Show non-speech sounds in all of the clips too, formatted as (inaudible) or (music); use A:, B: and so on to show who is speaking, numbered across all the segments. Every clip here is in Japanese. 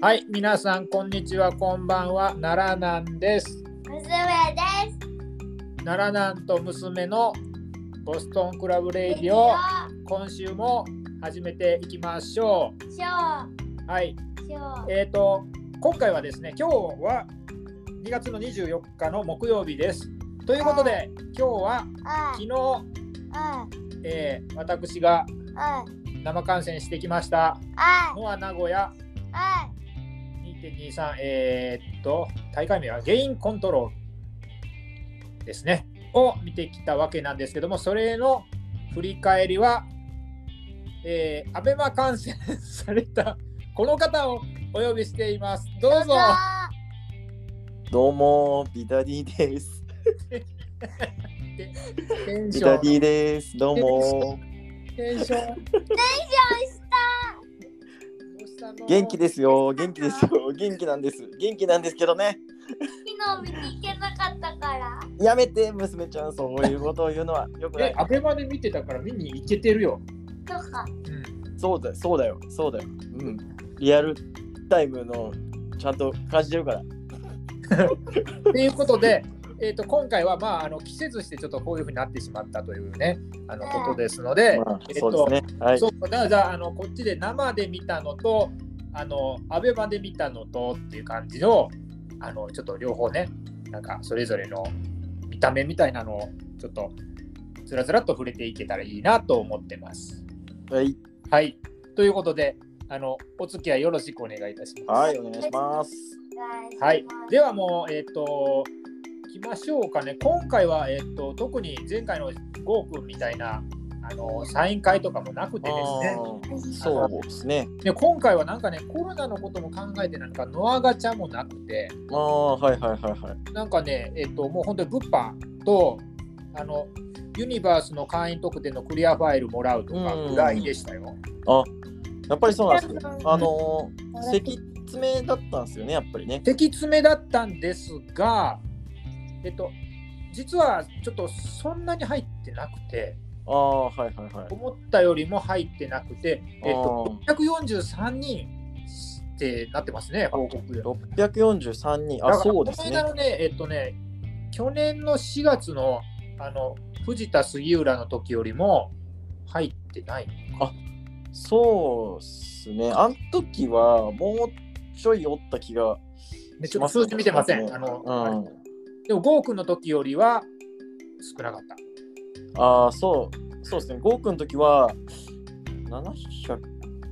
A: はい、皆さん、こんにちは、こんばんは、奈良なんです。
B: 娘で
A: 奈良なんと娘のボストンクラブレ
B: す。
A: イディオ、今週も始めていきましょ
B: しょ
A: う。はい、
B: う、しょう。
A: えーと、今回はですね、今日は2月の24日の木曜日です。ということで、今日は
B: あ
A: 昨日、
B: あ、
A: えー私が
B: あ、
A: 生観戦してきました、
B: あ、
A: ノア名古屋
B: あ、
A: 2.23、えーっと、大会名はゲインコントロールですね、を見てきたわけなんですけども、それの振り返りは、えー、アベマ感染されたこの方をお呼びしています。どうぞ。
C: どうも、ビタディです。
A: テン
C: ビ
A: ショ
C: タ
A: ン、
C: ディです。どうも。
A: テンション。。
C: 元気ですすよ。元気ですよ。元気なんです。元気なんですけどね。
B: 昨日見に行けなかったから。
C: やめて、娘ちゃん、そういうことを言うのはよくな
A: え
C: い、。
A: アベマで見てたから見に行けてるよ。
B: とか、
C: そうだよ、そうだよ、そうだよ。うん。リアルタイムのちゃんと感じてるから。
A: ということで、えー、と今回は、まあ、あの季節してちょっとこういうふうになってしまったというねあの
B: うん
A: ことですので、
C: まあ
A: えっ、
C: そ
A: と
C: うですね。はい
A: そ。うだからじゃああのこっちで生で見たのとあのアベマで見たのとっていう感じのあのちょっと両方ねなんかそれぞれの見た目みたいなのをちょっとつらつらっと触れていけたらいいなと思ってます。
C: はい。
A: はいということであのお付き合いよろしくお願いいたします。
C: はい、お願いします。
A: はい、ではもう、えっ、と、行きましょうかね。今回は、えっ、と、特に前回のゴー君みたいな、あの、サイン会とかもなくてですね。
C: あーそうですね。
A: で、今回はなんかね、コロナのことも考えてなんか、ノアガチャもなくて、
C: ああ、はいはいはいはい。
A: なんかね、えっ、と、もう本当に物販と、あの、ユニバースの会員特典のクリアファイルもらうとか
C: うん
A: ぐらいでしたよ。
C: あ、やっぱりそうなんですよ。あのー、咳詰めだったんですよね、やっぱりね。
A: 敵詰めだったんですが、えっと、実はちょっとそんなに入ってなくて、
C: ああ、はいはいはい。
A: 思ったよりも入ってなくて、えっと643人ってなってますね、報告で。
C: 643人。あ、
A: だから
C: そうです
A: この
C: ね
A: 間。のね、えっとね、去年の4月のあの藤田杉浦の時よりも入ってない。
C: そうっすね。あの時はもうちょいおった気が。
A: ねちょっと数字見てません。あの
C: うん。
A: でも、ゴー君の時よりは少なかった。
C: ああ、そう、そうですね。ゴーくんの時は700、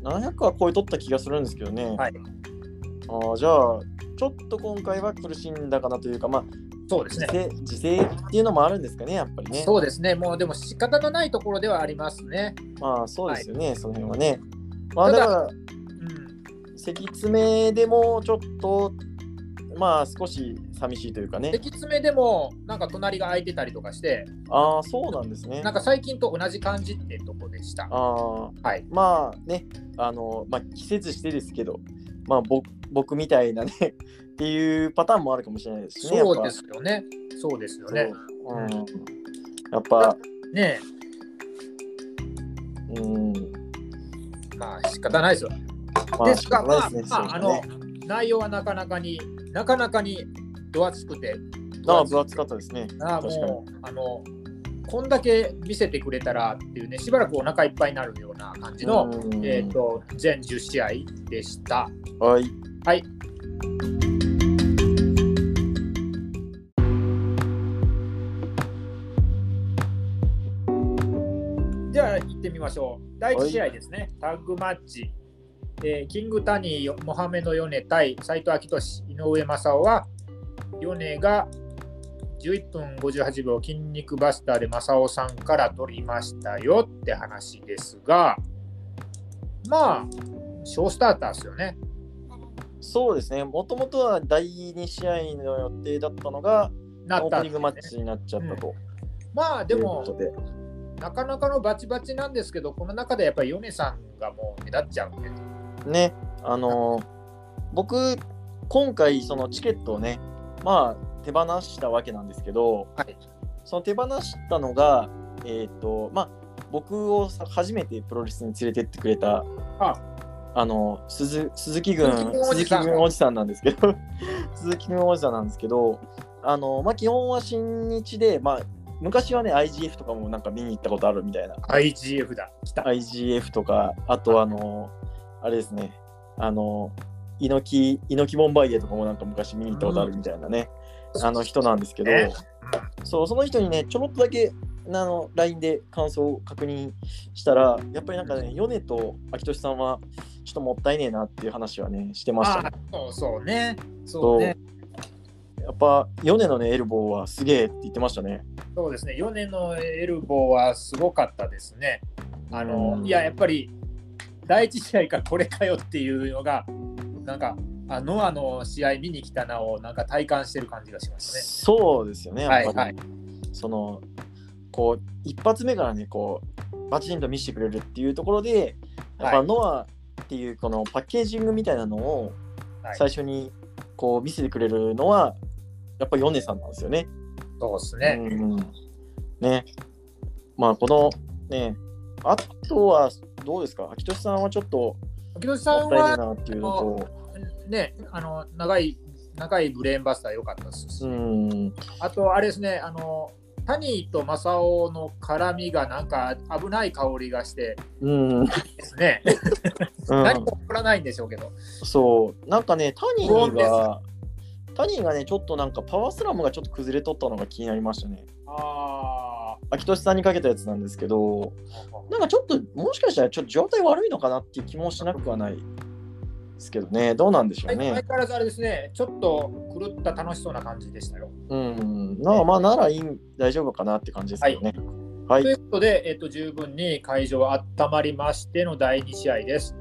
C: 700は超えとった気がするんですけどね。
A: はい
C: ああ、じゃあ、ちょっと今回は苦しんだかなというか、まあ、
A: そうです
C: 自
A: ね。
C: 制自制っていうのもあるんですかね、やっぱりね。
A: そうですね。もうでも仕方のないところではありますね。
C: まあ、そうですよね、その辺はね。ま
A: た
C: あ、
A: だ
C: だから、
A: うん、
C: 咳詰めでもちょっと、まあ、少し寂しいというかね。
A: 敵詰めでもなんか隣が空いてたりとかして、
C: ああ、そうなんですね
A: な。んか最近と同じ感じってとこでした。
C: あ
A: は
C: あ、
A: い。
C: まあね、あの、まあ、季節してですけど、まあ、ぼ僕みたいなね (laughs) っていうパターンもあるかもしれないですしね。やっぱ
A: そうで。すよね。そうですよね。
C: そううん、やっぱ、
A: ね
C: うん、
A: え、まあ仕方ないですよ。
C: ま
A: で
C: あ、
A: す
C: 仕
A: が、
C: 方
A: ま
C: な
A: あ
C: いで、す
A: ま
C: ね。
A: あ、あ
C: そう
A: の
C: ね、
A: 内容はなかなかに、なかなかに分厚くて、
C: ああ、分厚かったですね。
A: ああ
C: 確かに
A: もう、あの、こんだけ見せてくれたらっていうね、しばらくお腹いっぱいになるような感じの、
C: うん
A: えっ、と、全10試合でした。
C: はい。
A: はい。じゃあ行ってみましょう。第1試合ですね。タッグマッチ。えーキングタニー、モハメド・ヨネ対斎藤昭俊、井上正雄は、ヨネが11分58秒筋肉バスターで正雄さんから取りましたよって話ですが、まあ、ショースターターですよね。
C: そうですね。もともとは第2試合の予定だったのが、
A: な
C: オ
A: っ
C: ー
A: たんです
C: プニ
A: ね
C: ングマッチになっちゃったと。
A: まあでも
C: ということで
A: なかなかのバチバチなんですけどこの中でやっぱりヨネさんがもう目立っちゃうんで
C: ね、あのー僕、今回、そのチケットをね、まあ、手放したわけなんですけど、
A: はい
C: その手放したのが、えっ、と、まあ、僕をさ初めてプロレスに連れてってくれた
A: あ
C: あの鈴鈴木軍
A: 鈴木軍お
C: 鈴木
A: じさん
C: 軍おじさんなんですけど (laughs) 鈴木軍おじさんなんですけどあの、まあ、基本は新日で、まあ、昔はね IGF とかもなんか見に行ったことあるみたいな
A: IGF だ。来た。
C: IGF とかあとあのあれですねあの猪木猪木ボンバイエとかもなんか昔見に行ったことあるみたいなね、あの人なんですけど、
A: ね
C: そうその人にねちょろっとだけあの LINE で感想を確認したらやっぱりなんかね米と秋俊さんはちょっともったいねえなっていう話はねしてまし
A: あ
C: た、
A: あ
C: ね、、
A: そうそうね。そうね。
C: やっぱ米のねエルボーはすげえって言ってましたね
A: そうですね、米のエルボーはすごかったですね。あの
C: うん
A: いや、やっぱり第一試合からこれかよっていうのが、なんか、あノアの試合見に来たなをなんか体感してる感じがしますね。
C: そうですよねやっぱり、
A: はいはい
C: そのこう一発目からねこうバチンと見せてくれるっていうところでやっ
A: は
C: ぱ
A: い
C: ノアっていうこのパッケージングみたいなのを
A: はい
C: 最初にこう見せてくれるのはやっぱ米さんなんですよね。
A: そうですね。
C: うんうんね。まあこのね、あとはどうですか秋俊さんはちょっと
A: 木戸さん
C: もったいねえ
A: は、
C: なっていうの
A: ね、あの長い長いブレーンバスター良かったですし、
C: と、うん、
A: あと、あれですね、あのタニーとマサオの絡みがなんか危ない香りがして
C: うん、うん、
A: ですね、何も起こらないんでしょうけど、
C: そう、なんかね、タニ
A: 不穏
C: ー
A: です
C: が、タニーがね、ちょっとなんかパワースラムがちょっと崩れとったのが気になりましたね。
A: あ
C: 秋俊さんにかけたやつなんですけど、
A: あ、
C: なんかちょっと、もしかしたらちょっと状態悪いのかなっていう気もしなくはないですけどね、どうなんでしょう
A: 相
C: ね
A: 相。変わらずあれですね、ちょっと狂った楽しそうな感じでしたよ。
C: うん、まあまあならいい大丈夫かなって感じですけどね。はい
A: とい。うことで、えっと、十分に会場温まりましての第2試合です。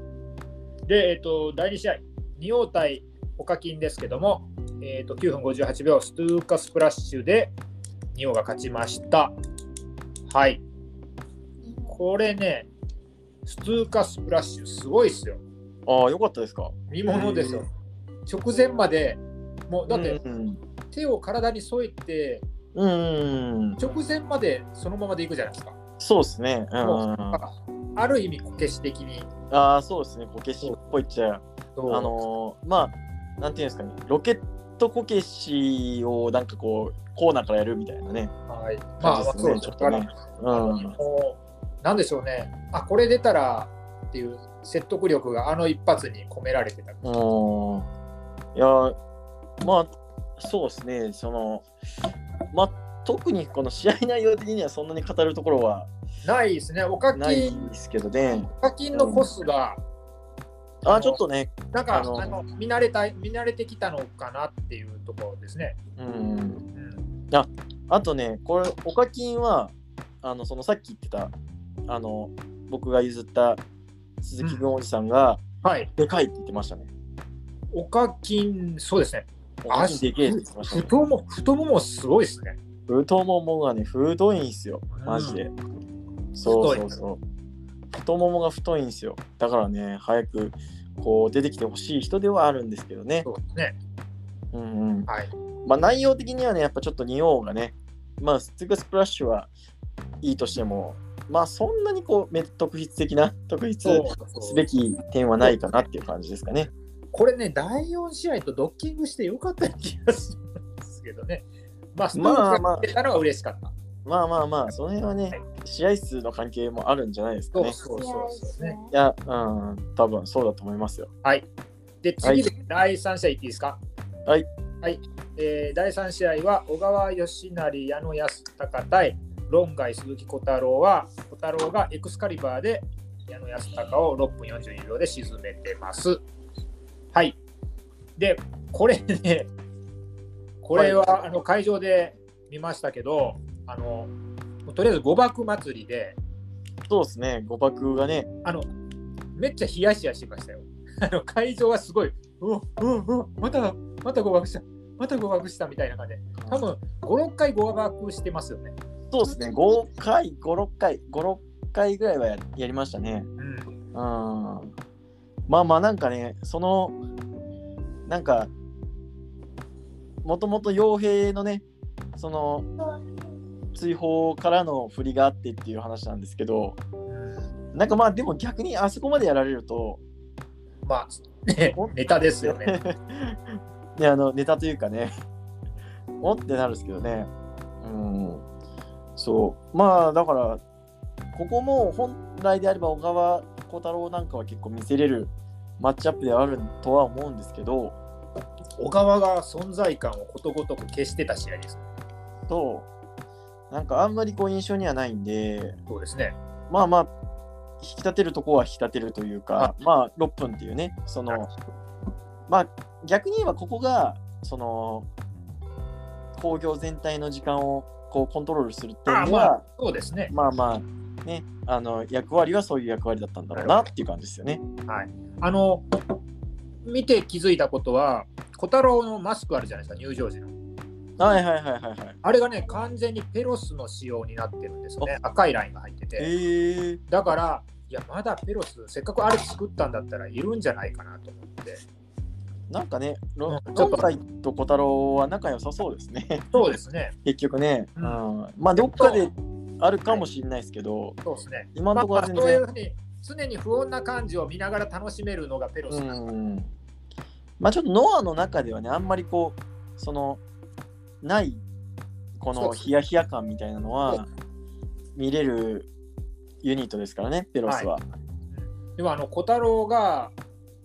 A: で、えっと、第2試合、二王対オカキンですけども、えっと、9分58秒、ストゥーカスプラッシュで二王が勝ちました。はい、これね、ストゥーカスプラッシュ、すごいですよ。
C: ああ、よかったですか。
A: 見ものですよ。直前まで、もうだって
C: うん、
A: 手を体に添えて、
C: うん、
A: 直前までそのままでいくじゃないですか。
C: そうですね。うん、
A: もう
C: あ
A: ある意味、こけし的に。
C: あ、そうですね。こけしっぽいっちゃ、あ
A: あ、
C: のーまあ、なんていうんですかね、ロケットこけしをなんかこう、コーナーからやるみたいなね。
A: はい、まあ、まあ
C: 感じです
A: そ
C: ね
A: うです
C: ちょ
A: ね
C: っとね。う
A: あ
C: ん、
A: のなんでしょうね、あこれ出たらっていう説得力があの一発に込められてた。
C: うん、いや、まあ、そうですね。その、まあ、特にこの試合内容的にはそんなに語るところは
A: ないですね、おか
C: な
A: き
C: い、ですけどね。
A: おかきのコスが、
C: あー、ちょっとね、
A: なんか
C: あ
A: あ
C: の
A: の見慣れた、見慣れてきたのかなっていうところですね。
C: うん。
A: うん、
C: あとね、これ、オカキンは、あの、そのさっき言ってた、あの、僕が譲った鈴木軍おじさんが、
A: はい、
C: でかいって言ってましたね。
A: おかきん、そうですね、
C: オカキンでけえって言ってましたね。
A: 太も太ももすごいですね。
C: 太ももがね、太いんすよ。マジで。そうそうそう。太ももが太いんすよ。だからね、早く、こう、出てきてほしい人ではあるんですけどね。
A: そうですね。
C: うんうん。
A: はい。
C: まあ、内容的にはね、やっぱちょっと仁王がね、まあ、スティックスプラッシュはいいとしても、まあ、そんなにこう、め特筆的な、特筆
A: そう
C: すべき点はないかなっていう感じですかね。
A: これね、第4試合とドッキングしてよかった気がするんですけどね。まあ、ストー
C: ま
A: カ
C: あ
A: ー
C: まあ
A: が出たのは嬉しかった。
C: まあまあまあ、その辺はね、試合数の関係もあるんじゃないですか
A: そう
C: ね。
A: そう
B: いや
A: そう
B: です
A: そう、ね
B: ね。
C: いや、うん、多分そうだと思いますよ。
A: で、
C: は
A: 次
C: い
A: で第3試合いっていいですか
C: はい。
A: はい。えー第3試合は、小川義成、矢野康隆対、論外鈴木小太郎は、小太郎がエクスカリバーで矢野康隆を6分42秒で沈めてます。はい。で、これね、これは、あの会場で見ましたけど、あの、とりあえず誤爆祭りで、
C: そうですね、誤爆がね、
A: あの、めっちゃヒヤヒヤしてましたよ。 (laughs) あの会場はすごい、うおうおうおまた、また誤爆した、また誤爆したみたいな感じで、多分5、6回誤爆してますよね。
C: そうですね、5回、5、6回、5、6回ぐらいはややりましたね。
A: うん、
C: うん。まあまあ、なんかね、その、なんか、もともと傭兵のね、その、追放からの振りがあってっていう話なんですけど、なんかまあでも逆にあそこまでやられると
A: まあ、ね
C: お、
A: ネタですよね。
C: ね、あのネタというかね、 (laughs) おってなるんですけどね。うん。そう。まあ、だから、ここも本来であれば小川小太郎なんかは結構見せれるマッチアップではあるとは思うんですけど、
A: (laughs) 小川が存在感をことごとく消してた試合です。
C: と、なんかあんまりこう印象にはないんで、
A: そうですね。
C: まあまあ、引き立てるとこは引き立てるというか
A: は、
C: まあ6分っていうね、その、まあ逆に言えばここが、その、工業全体の時間をこうコントロールするっていう
A: あ
C: の
A: ま
C: は
A: あ、、そうですね。
C: まあまあ、ね、あの役割はそういう役割だったんだろうなっていう感じですよね。
A: あの、見て気づいたことは、小太郎のマスクあるじゃないですか、入場時の。
C: はいはいはいはいはい。
A: あれがね、完全にペロスの仕様になってるんですよね。赤いラインが入ってて。
C: へえ
A: だから、いや、まだペロス、せっかくあれ作ったんだったらいるんじゃないかなと思って。
C: なんかね、ロ
A: うんち
C: ロ
A: ょっ
C: ン
A: と
C: サイと小太郎は仲良さそうですね。 (laughs)
A: そうですね。
C: 結局ね、う
A: うん
C: まあどっかであるかもしれないですけど、
A: そうですね。
C: 今のところは全
A: そういう
C: 然、
A: ふうに、常に不穏な感じを見ながら楽しめるのがペロス。
C: うん、まあちょっとノアの中ではね、あんまりこう、その、ない、こ
A: そう
C: の
A: です
C: ヒヤヒヤ感みたいなのは見れるユニットですからね、ペロスは。
A: でもあの小太郎が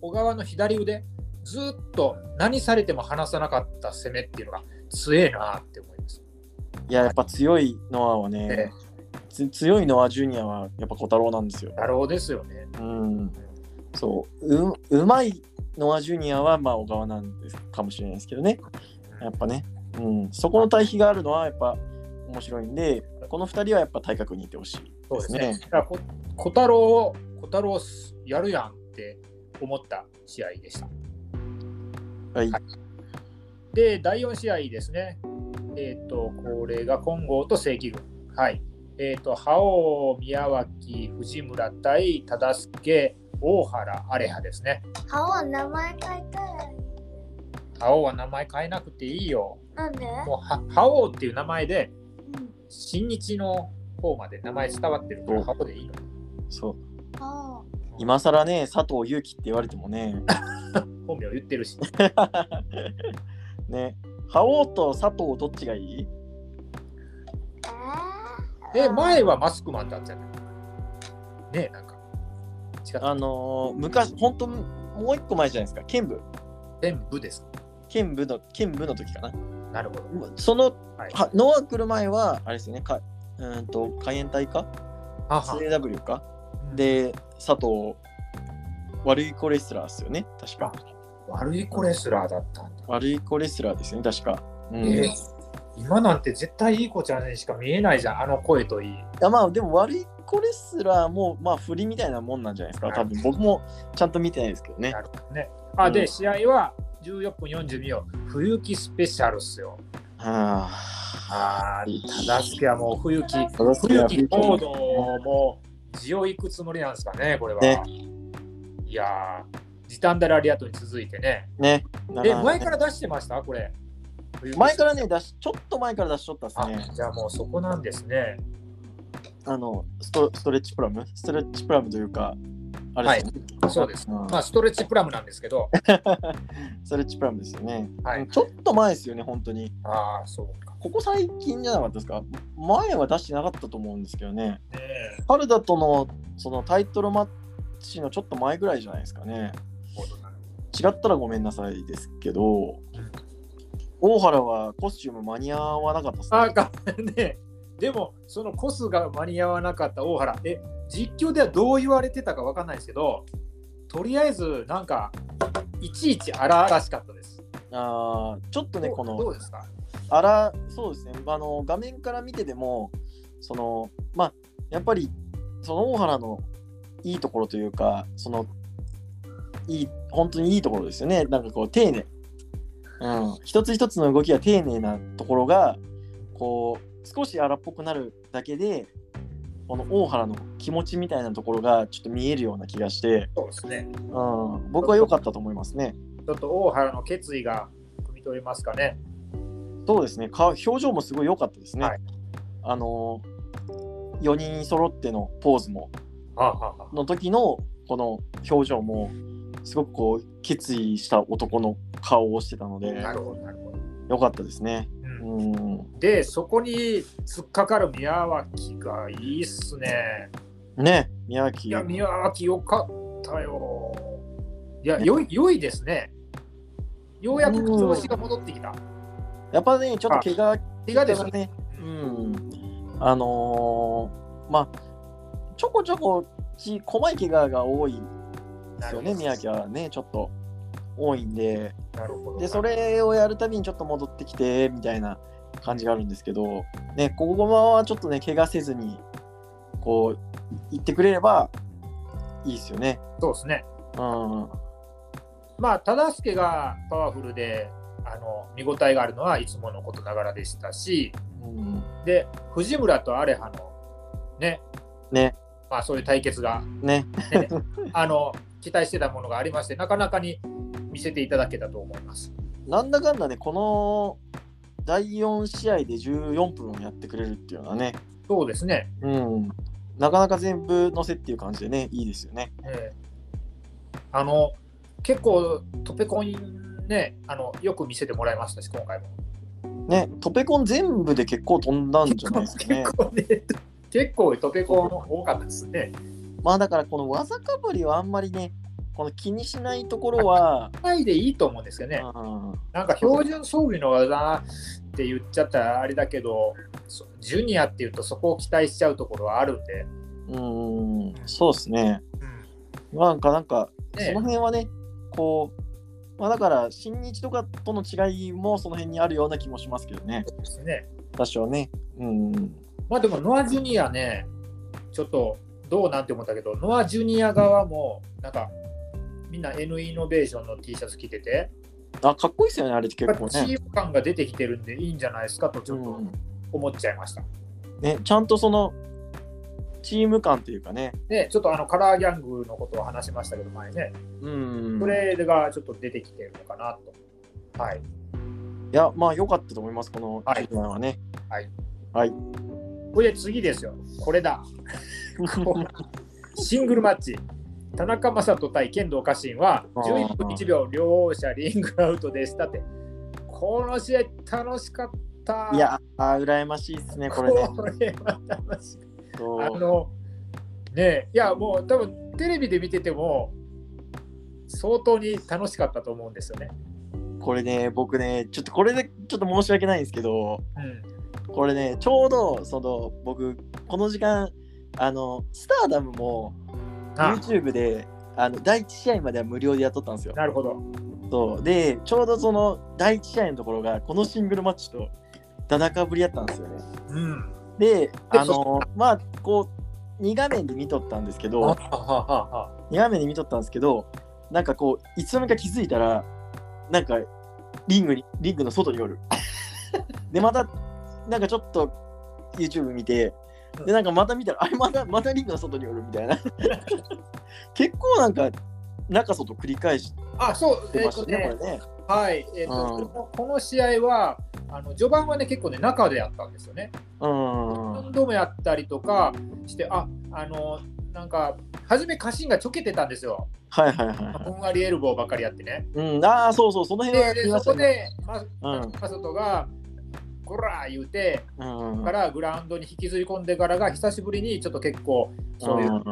A: 小川の左腕ずっと何されても離さなかった攻めっていうのが強えなって思います。
C: いや、やっぱ強いノアはね、
A: ええ
C: つ強いのはジュニアはやっぱ小太郎なんですよ。
A: 太郎ですよね。
C: うん、そうううまいのはジュニアはまあ小川なんですかもしれないですけどねやっぱね、うん、そこの対比があるのはやっぱ面白いんでこの2人はやっぱ対角にいてほしい
A: そう
C: です
A: だ
C: ね。
A: からこ小太郎を小太郎やるやんって思った試合でした。
C: はい、
A: はで、第4試合ですね。えっ、と、これが金剛と正規軍。はい。えっ、と、覇王、宮脇、藤村対忠助、大原、アレハですね。
B: 顔名前書いたらいい。
A: 覇王は名前変えなくていいよ。
B: なんで？
A: もうは覇王っていう名前で
B: うん。
A: 新日の方まで名前伝わってるから
C: お
A: 覇王でいいの。
C: そう
B: 顔。
C: 今更ね佐藤悠希って言われてもね (laughs)
A: 本名言ってるし。
C: ね覇王と佐藤どっちがいい
B: えー
A: で、。前はマスクマンだったじゃないねえ、なんか。違った。
C: あのー昔本当もう一個前じゃないですか剣舞
A: 全部です。
C: 剣舞の剣舞の時かな
A: なるほど。
C: その
A: はい。
C: はノア来る前はあれですよねかうーんと海援隊か
A: あは
C: CW かで佐藤悪い子レスラーですよね確か
A: 悪い子レスラーだったんだ。
C: 悪い子レスラーですよね確か、うん
A: ええ今なんて絶対いい子ちゃんにしか見えないじゃん、あの声といい。
C: あまあでも悪い子レスラーもまあ振りみたいなもんなんじゃないですか多分僕もちゃんと見てないですけどね
A: なるほどね。あ、
C: う
A: で、
C: ん
A: 試合は14分42秒、冬木スペシャルっすよ。
C: は
A: あー、忠助はもう冬木、
C: 忠相
A: 冬
C: は
A: 木報道も地を行くつもりなんですかね、これは。
C: ね
A: いやー、時短ダラリアットに続いてね。
C: あねな
A: え、
C: かなかね
A: 前から出してましたこれ。冬木
C: 前からね出しちょっと前から出しとったです
A: あ
C: ね、
A: じゃあもうそこなんですね。
C: あのストストレッチプラムストレッチプラムというかあれですよね、
A: そうです。
C: うん
A: まあ、ストレッチプラムなんですけど、
C: ストレッチプラムですよね、
A: はい
C: ちょっと前ですよね本当に
A: ああ、そうか。
C: ここ最近じゃなかったですか前は出してなかったと思うんですけどね。
A: ねえ
C: 春田とのそのタイトルマッチのちょっと前ぐらいじゃないですかね。
A: なるほどなる
C: 違ったらごめんなさいですけど、大原はコスチューム間に合わなかったです
A: ほどあ
C: ね
A: ー。かねでもそのコスが間に合わなかった大原え実況ではどう言われてたかわかんないですけどとりあえずなんかいちいち荒々しかったです
C: あーちょっとね、
A: どう
C: こ
A: ど
C: の、
A: うですか
C: あら、そうですね、あの画面から見てでも、その、まあ、やっぱり、その大原のいいところというか、その、いい、本当にいいところですよね。なんかこう、丁寧。うん、一つ一つの動きが丁寧なところが、こう、少し荒っぽくなるだけで、この大原の気持ちみたいなところがちょっと見えるような気がして、
A: そうですね
C: うん、僕は良かったと思いますね。
A: ちょっと大原の決意が汲み取れますかね
C: そうですね、顔表情もすごい良かったですね。
A: はい
C: あの4人揃ってのポーズも
A: はあはあは
C: の時のこの表情もすごくこう決意した男の顔をしてたので
A: なるほど、なるほど。
C: 良かったですね。
A: うん
C: うん
A: で、そこに突っかかる宮脇がいいっすね。
C: ね宮脇
A: いや、宮脇よかったよ。いや、
C: ね
A: よい良いですね。ようやく調子が戻ってきた。
C: やっぱねちょっと怪我
A: 怪我ですね。
C: ね。うん。あのーまあちょこちょこち細い怪我が多いですよね宮
A: な
C: 城はねちょっと多いんで
A: るほど。
C: でそれをやるたびにちょっと戻ってきてみたいな感じがあるんですけどねここはちょっとね怪我せずにこう行ってくれればいいですよね。
A: そうですね。
C: うん、
A: まあ、忠相がパワフルで、あの見応えがあるのはいつものことながらでしたし、
C: うん、
A: で、藤村とアレハのね、
C: ね
A: まあ、そういう対決が、
C: ね
A: ねあの期待してたものがありまして、なかなかに見せていただけたと思います。
C: なんだかんだねこの第4試合で14分やってくれるっていうのはね、
A: そうですね。
C: うん、なかなか全部乗せっていう感じでねいいですよね。
A: ええあの結構トペコンねあのよく見せてもらいましたし今回も
C: ねトペコン全部で結構飛んだんじゃないですかね。
A: 結構ね結構トペコン多かったですね
C: まあだからこの技かぶりはあんまりねこの気にしないところは、
A: ないでいいと思うんですけどね
C: うん、
A: なんか標準装備の技って言っちゃったらあれだけどそジュニアっていうとそこを期待しちゃうところはあるんで、
C: うんそうですね。まあなんかなんか、そ
A: ね
C: の辺はね、こう、まあだから、新日とかとの違いもその辺にあるような気もしますけどね、
A: そうですね
C: 多少ね。うん。
A: まあでもノア・ジュニアねちょっとどうなんて思ったけどノア・ジュニア側もなんかみんな N イノベーションの T シャツ着てて、
C: あ、かっこいいですよね、あれって結構
A: チ
C: ね。
A: ーム感が出てきてるんでいいんじゃないですかとち
C: う
A: ょっと
C: ん、
A: 思っちゃいました。
C: ねちゃんとその、チーム感というかね、
A: で、ちょっとあのカラーギャングのことを話しましたけど、前ね、
C: うん。
A: それがちょっと出てきてるのかなと。はい。
C: いや、まあ良かったと思います、この
A: はい
C: チームはね。
A: はい。
C: はい。
A: これで次ですよ。これ
C: (laughs)
A: だ。シングルマッチ。田中将人対剣道家臣は
C: あー
A: 11分1秒両者リングアウトでしたって。この試合楽しかった。
C: い、や、あ羨ましいですね、
A: (laughs)
C: これね。
A: これは楽しかった。
C: そう
A: あのねえいやもう多分テレビで見てても相当に楽しかったと思うんですよね。
C: これね、僕ね、ちょっとこれでちょっと申し訳ないんですけど、
A: うん、
C: これね、ちょうどその僕、この時間、あのスターダムも
A: あ
C: YouTube であの第1試合までは無料でやっとったんですよ。
A: なるほど。
C: そうで、ちょうどその第1試合のところが、このシングルマッチとダダかぶりやったんですよね。
A: うん、
C: で、あの、まあ、こう、2画面で見とったんですけど、
A: あ
C: 2画面で見とったんですけど、なんかこう、いつの間にか気づいたら、なんか、リングに、リングの外に
A: (laughs)
C: おる。で、また、なんかちょっと、YouTube 見て、で、なんかまた見たら、あれ、また、またリングの外におるみた
A: (laughs)
C: いな。結構なんか、中外繰り返し
A: あそう、
C: て
A: え
C: ま
A: っ
C: した
A: と
C: ね、
A: ね、
C: これね。
A: はい、えっと
C: うん
A: このこの試合はあの序盤はね結構ね中でやったんですよね。
C: うん。
A: 何度もやったりとかしてああのなんか初め家臣がちょけてたんですよ。
C: はいはいは
A: ふんわりエルボーばっかりやってね。
C: い。うん、ああ、そうそう、その辺は
A: で
C: 見
A: で
C: ま
A: そ
C: した
A: こ
C: ね。
A: でま
C: うん
A: マサトが「こら!」言うて。
C: うん。
A: からグラウンドに引きずり込んでからが久しぶりにちょっと結構そうい
C: ん
A: うん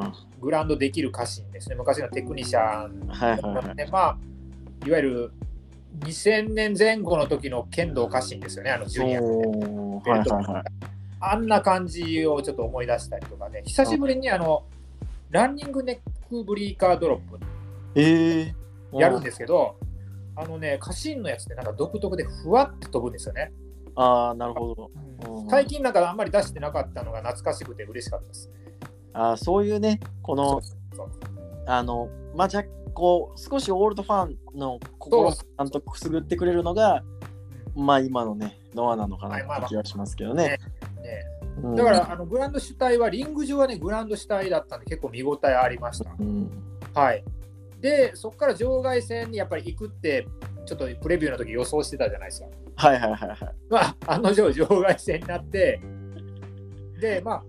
A: グラウンドできる家臣ですね昔のテクニシャン
C: はいはいはい。
A: でまあいわゆる2000年前後の時の剣道家臣ですよねあのジュニア
C: おーはいはいはい。
A: あんな感じをちょっと思い出したりとかね久しぶりにあのランニングネックブリーカードロッ
C: ええ
A: プやるんですけどあのね家臣のやつってなんか独特でふわって飛ぶんですよね
C: ああ、なるほど。うん
A: 最近なんかあんまり出してなかったのが懐かしくて嬉しかったです
C: あーそういうね、この、
A: そう
C: あの、まあ、じゃこう、少しオールドファンの心をちゃんとくすぐってくれるのが、まあ、今のね、ノアなのかな
A: はいまあま
C: っ
A: あ
C: て気がしますけどね。
A: ね
C: うん
A: だから、あのグラウンド主体はリング上はねグラウンド主体だったんで結構見応えありまし
C: うん、
A: た。はい、でそこから場外戦にやっぱり行くってちょっとプレビューの時予想してたじゃないですか。
C: はいはいはいはい。
A: まあ案の定場外戦になってでまあ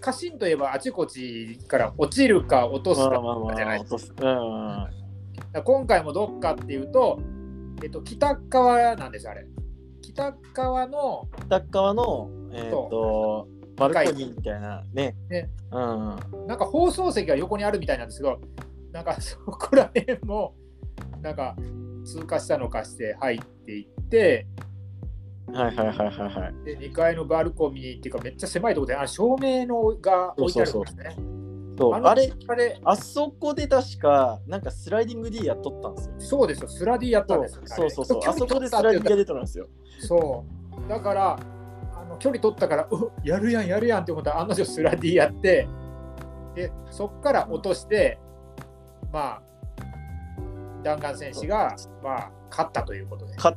A: 家臣といえばあちこちから落ちるか落とす
C: まあ
A: か
C: まあまあ、
A: じゃない
C: 落とす。うん。
A: だから今回もどっかっていうと、えっと、北側なんです、あれ。北側の、
C: 北側の、えっ、と、バルコニーみたいなね。
A: ね
C: うんうん。
A: なんか放送席が横にあるみたいなんですけど、なんかそこら辺も、なんか通過したのかして入っていって、
C: はいはいはいはいはい。
A: で2階のバルコニーっていうか、めっちゃ狭いところで、あ照明のが置いてあるんですね。
C: そう
A: の
C: あれ、
A: あれ、
C: あそこで確か、なんかスライディング D やっとったんですよ。
A: そうですよ、スラディやったんですよ。
C: そうそうそうそう、あ
A: あれ
C: そこでスライディングが出とるんですよ。
A: そう。だから、あの距離取ったから、うっやるやん、やるやんって思ったら、案の定スラディやって、で、そっから落として、まあ、弾丸戦士が、まあ、勝ったということで。(laughs)
C: 買っ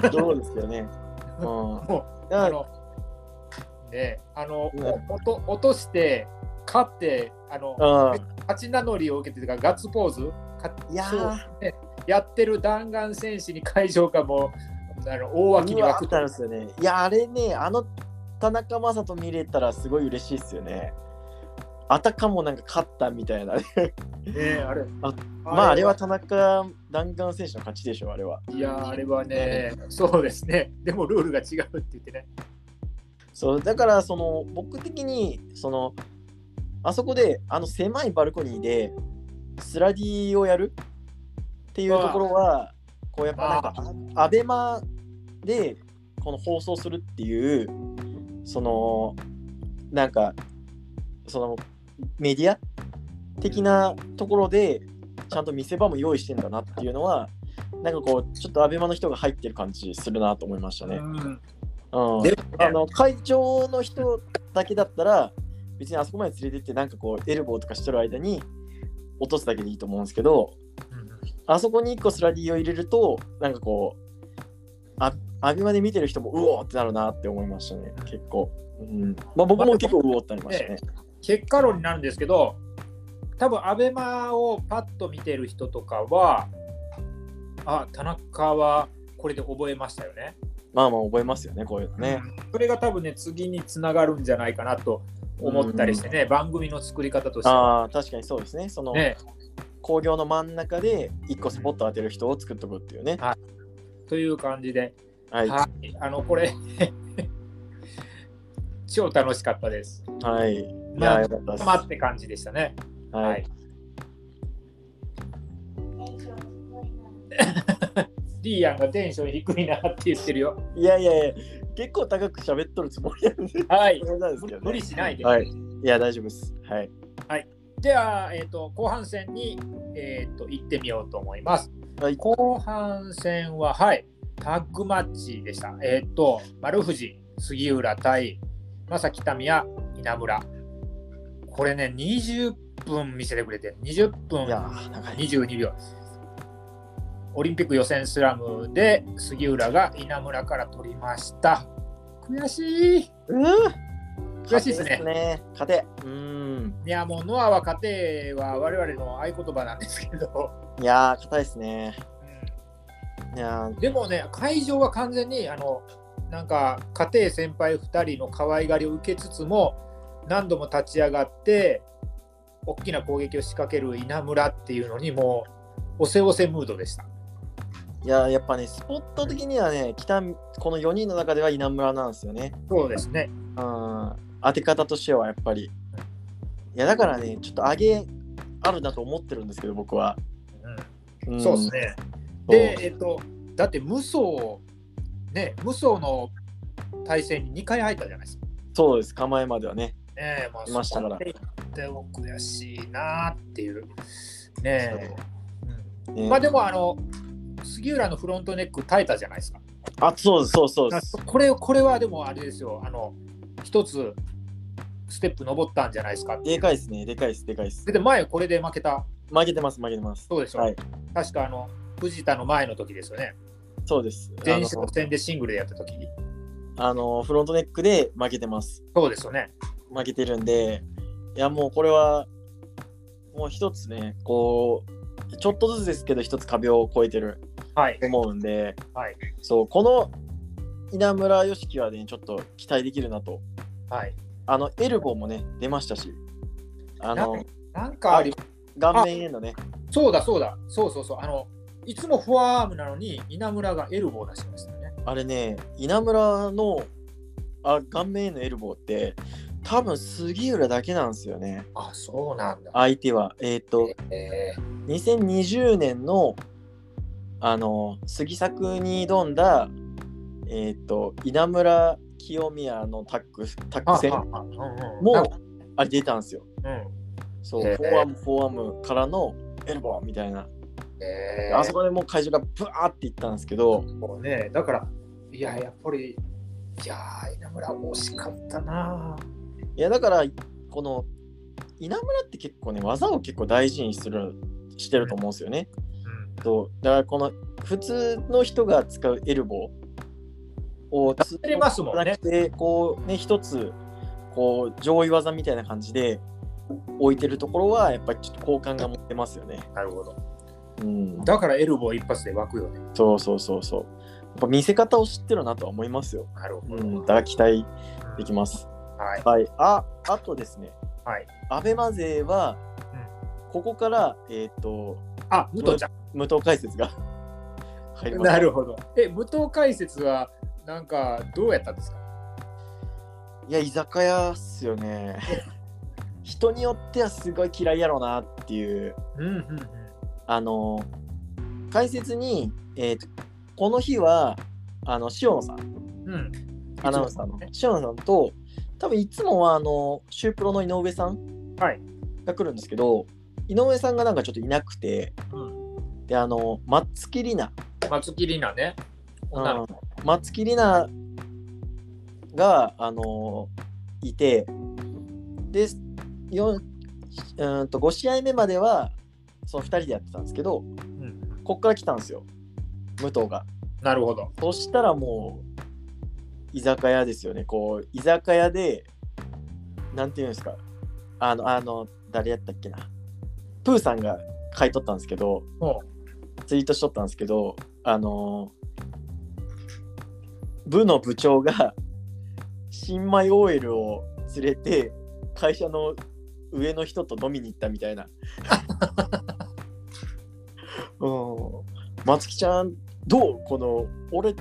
C: た。どうですよね。うん。
A: もう、
C: だ
A: あ
C: から
A: の、ね、あの、
C: うん
A: お落と落として、勝って、あの、
C: うん。
A: 勝ち名乗りを受けててか、ガッツポーズ、か
C: いや
A: そう
C: ー、
A: やってる弾丸戦士に会場がもう、あの大
C: う
A: 脇に
C: わ
A: 湧
C: ー
A: く
C: ったんですよね。いや、あれね、あの田中将人見れたらすごい嬉しいですよね。あたかもなんか勝ったみたいなね。
A: ねあれ
C: あまあ、あれは田中弾丸選手の勝ちでしょ、あれは。
A: いやーあれはね、そうですね。でもルールが違うって言ってね。
C: そうだからその僕的にそのあそこであの狭いバルコニーでスラディをやるっていうところはこうやっぱなんかアベマでこの放送するっていうそのなんかそのメディア的なところでちゃんと見せ場も用意してんだなっていうのはなんかこうちょっとアベマの人が入ってる感じするなと思いましたね。
A: うん
C: うん、
A: で
C: あの会長の人だけだったら別にあそこまで連れてってなんかこうエルボーとかしてる間に落とすだけでいいと思うんですけどあそこに1個スラディを入れるとなんかこうあアビまで見てる人もうおーってなるなって思いましたね結構、うんまあ、僕も結構うおーってなりましたね、
A: 結果論になるんですけど、多分アベマをパッと見てる人とかは、あ、田中はこれで覚えましたよね。
C: まあまあ覚えますよねこういうのね、
A: うんそれが多分ね、次につながるんじゃないかなと思ったりしてね、番組の作り方としては
C: ああ確かにそうですねその
A: ね。
C: 興行の真ん中で1個スポット当てる人を作っとくっていうね
A: という感じで、
C: はいは
A: はい、あの、これ、 (laughs) 超楽しかったです。
C: い、い
A: ま
C: や
A: あ
C: よかったです、
A: まあって感じでしたね。
C: は
A: はいい。リーアンがテンション低いなって言ってるよ。
C: (laughs) いやいやいや、結構高く喋っとるつもりなんで、
A: はい。
C: なんですけどね。
A: 無理しないで。
C: はい。いや、大丈夫です。はい。
A: では、えーと、後半戦に、えー、と行ってみようと思います。
C: はい
A: 後半戦は、はい、タッグマッチでした。えっ、と、丸藤、杉浦対正木民也、稲村。これね、20分見せてくれて、20分
C: いやー、なんか、
A: 22秒。オリンピック予選スラムで杉浦が稲村から取りました。悔しい。
C: うん。
A: 悔しいですね
C: 勝てですね。勝て。うーん。
A: いやもうノアは勝ては我々の合言葉なんですけど、
C: いやー、勝たいですね。いやー
A: でもね会場は完全にあのなんか家庭先輩2人の可愛がりを受けつつも何度も立ち上がって大きな攻撃を仕掛ける稲村っていうのにもうおせおせムードでした。
C: いやーやっぱね、スポット的にはね、北この4人の中では稲村なんですよね。
A: そうですね。
C: うん。当て方としてはやっぱり。いや、だからね、ちょっと上げあるなと思ってるんですけど、僕は。
A: うん
C: ん
A: そうです。ね。
C: そう
A: で、えっと、だって無双、ね、無双の対戦に2回入ったじゃないですか。
C: そうです。構えまではね。
A: ねえ、まあ、
C: いましたから
A: そこまでも悔しいなっていう。ねえ。
C: ね
A: うんまあでも、あの、杉浦のフロントネック耐えたじゃないですか。
C: あ、そうです、そうですそうです。
A: これ、これはでもあれですよ、あの、一つステップ登ったんじゃないですか。
C: でかいですね、でかいです、でかいです
A: で、。で前これで負けた。
C: 負けてます、負けてます。
A: そうでしょ。
C: はい、
A: 確か、あの、藤田の前の時ですよね。
C: そうです。あ
A: 前哨
C: の
A: 戦でシングルでやった時に。
C: あの、フロントネックで負けてます。
A: そうですよね。
C: 負けてるんで、いや、もうこれは、もう一つね、こう、ちょっとずつですけど、一つ壁を越えてる
A: はい
C: と。思うんで、
A: はい。
C: そう、この稲村良樹はね、ちょっと期待できるなと。
A: はい。
C: あの、エルボーもね、出ましたし、あの、
A: なんかあり、
C: 顔面へのね、
A: そうだそうだ、そうそうそう、あの、いつもフォアアームなのに、稲村がエルボー出してましたね。
C: あれね、稲村のあ顔面へのエルボーって、多分杉浦だけなんですよね、
A: あ、そうなんだ。
C: 相手は。えっ、と、
A: えー
C: 2020年のあの杉作に挑んだ、えっと稲村清宮のタックタッ
A: あ
C: ク戦
A: ああうんうん
C: も
A: な
C: うん
A: か
C: あれ出たんですよ。
A: うん
C: そう、
A: へー
C: フォーアーム、フォーアームからのエルボーみたいな。
A: えー
C: あそこでもう会場がブワーっていったんですけど、
A: もうね、だから、いや、やっぱり、いやー、稲村惜しかったない
C: やだから、この稲村って結構ね、技を結構大事にするしてると思うんですよね。そうだからこの普通の人が使うエルボーをつ
A: 出れますもん
C: な
A: ね
C: く。て、こうね、一つこう上位技みたいな感じで置いてるところは、やっぱりちょっと好感が持ってますよね。
A: なるほど。
C: うん、
A: だからエルボー一発で湧くよね。
C: そうそうそうそう。やっぱ見せ方を知ってるなとは思いますよ。
A: なるほど。
C: うん、だから期待できます。
A: はい。
C: はい。あ、あとですね、
A: はい。
C: アベマ勢は、ここから、えっ、と、
A: あ、武藤ちゃ
C: 無党解説が (laughs) 入り
A: ん。
C: ます。
A: なるほど。え、武藤解説は、なんか、どうやったんですか
C: いや、居酒屋っす
A: (laughs)
C: よね。人によってはすごい嫌いやろうなっていう、
A: うんうんうん。
C: あの、解説に、えっ、と、この日は、あの、塩野さん、
A: うん。
C: アナウンサーの
A: い
C: 塩野さんと多分いつもはあのシュープロの井上さん
A: はい
C: が来るんですけど、井上さんがなんかちょっといなくて
A: うん。
C: であの松木里奈
A: 松木里奈ね。女の子。
C: うん松木里奈があのいてでようんと5試合目まではその2人でやってたんですけど
A: うん。
C: こっから来たんですよ武藤が。
A: なるほど。
C: そしたらもう居酒屋ですよね。こう居酒屋で、なんていうんですか、あの、あの、誰やったっけな、プーさんが買い取ったんですけど、
A: も
C: ツイートしとったんですけど、あの、部の部長が新米 OL を連れて、会社の上の人と飲みに行ったみたいな。うん、松木ちゃん、どうこの、俺、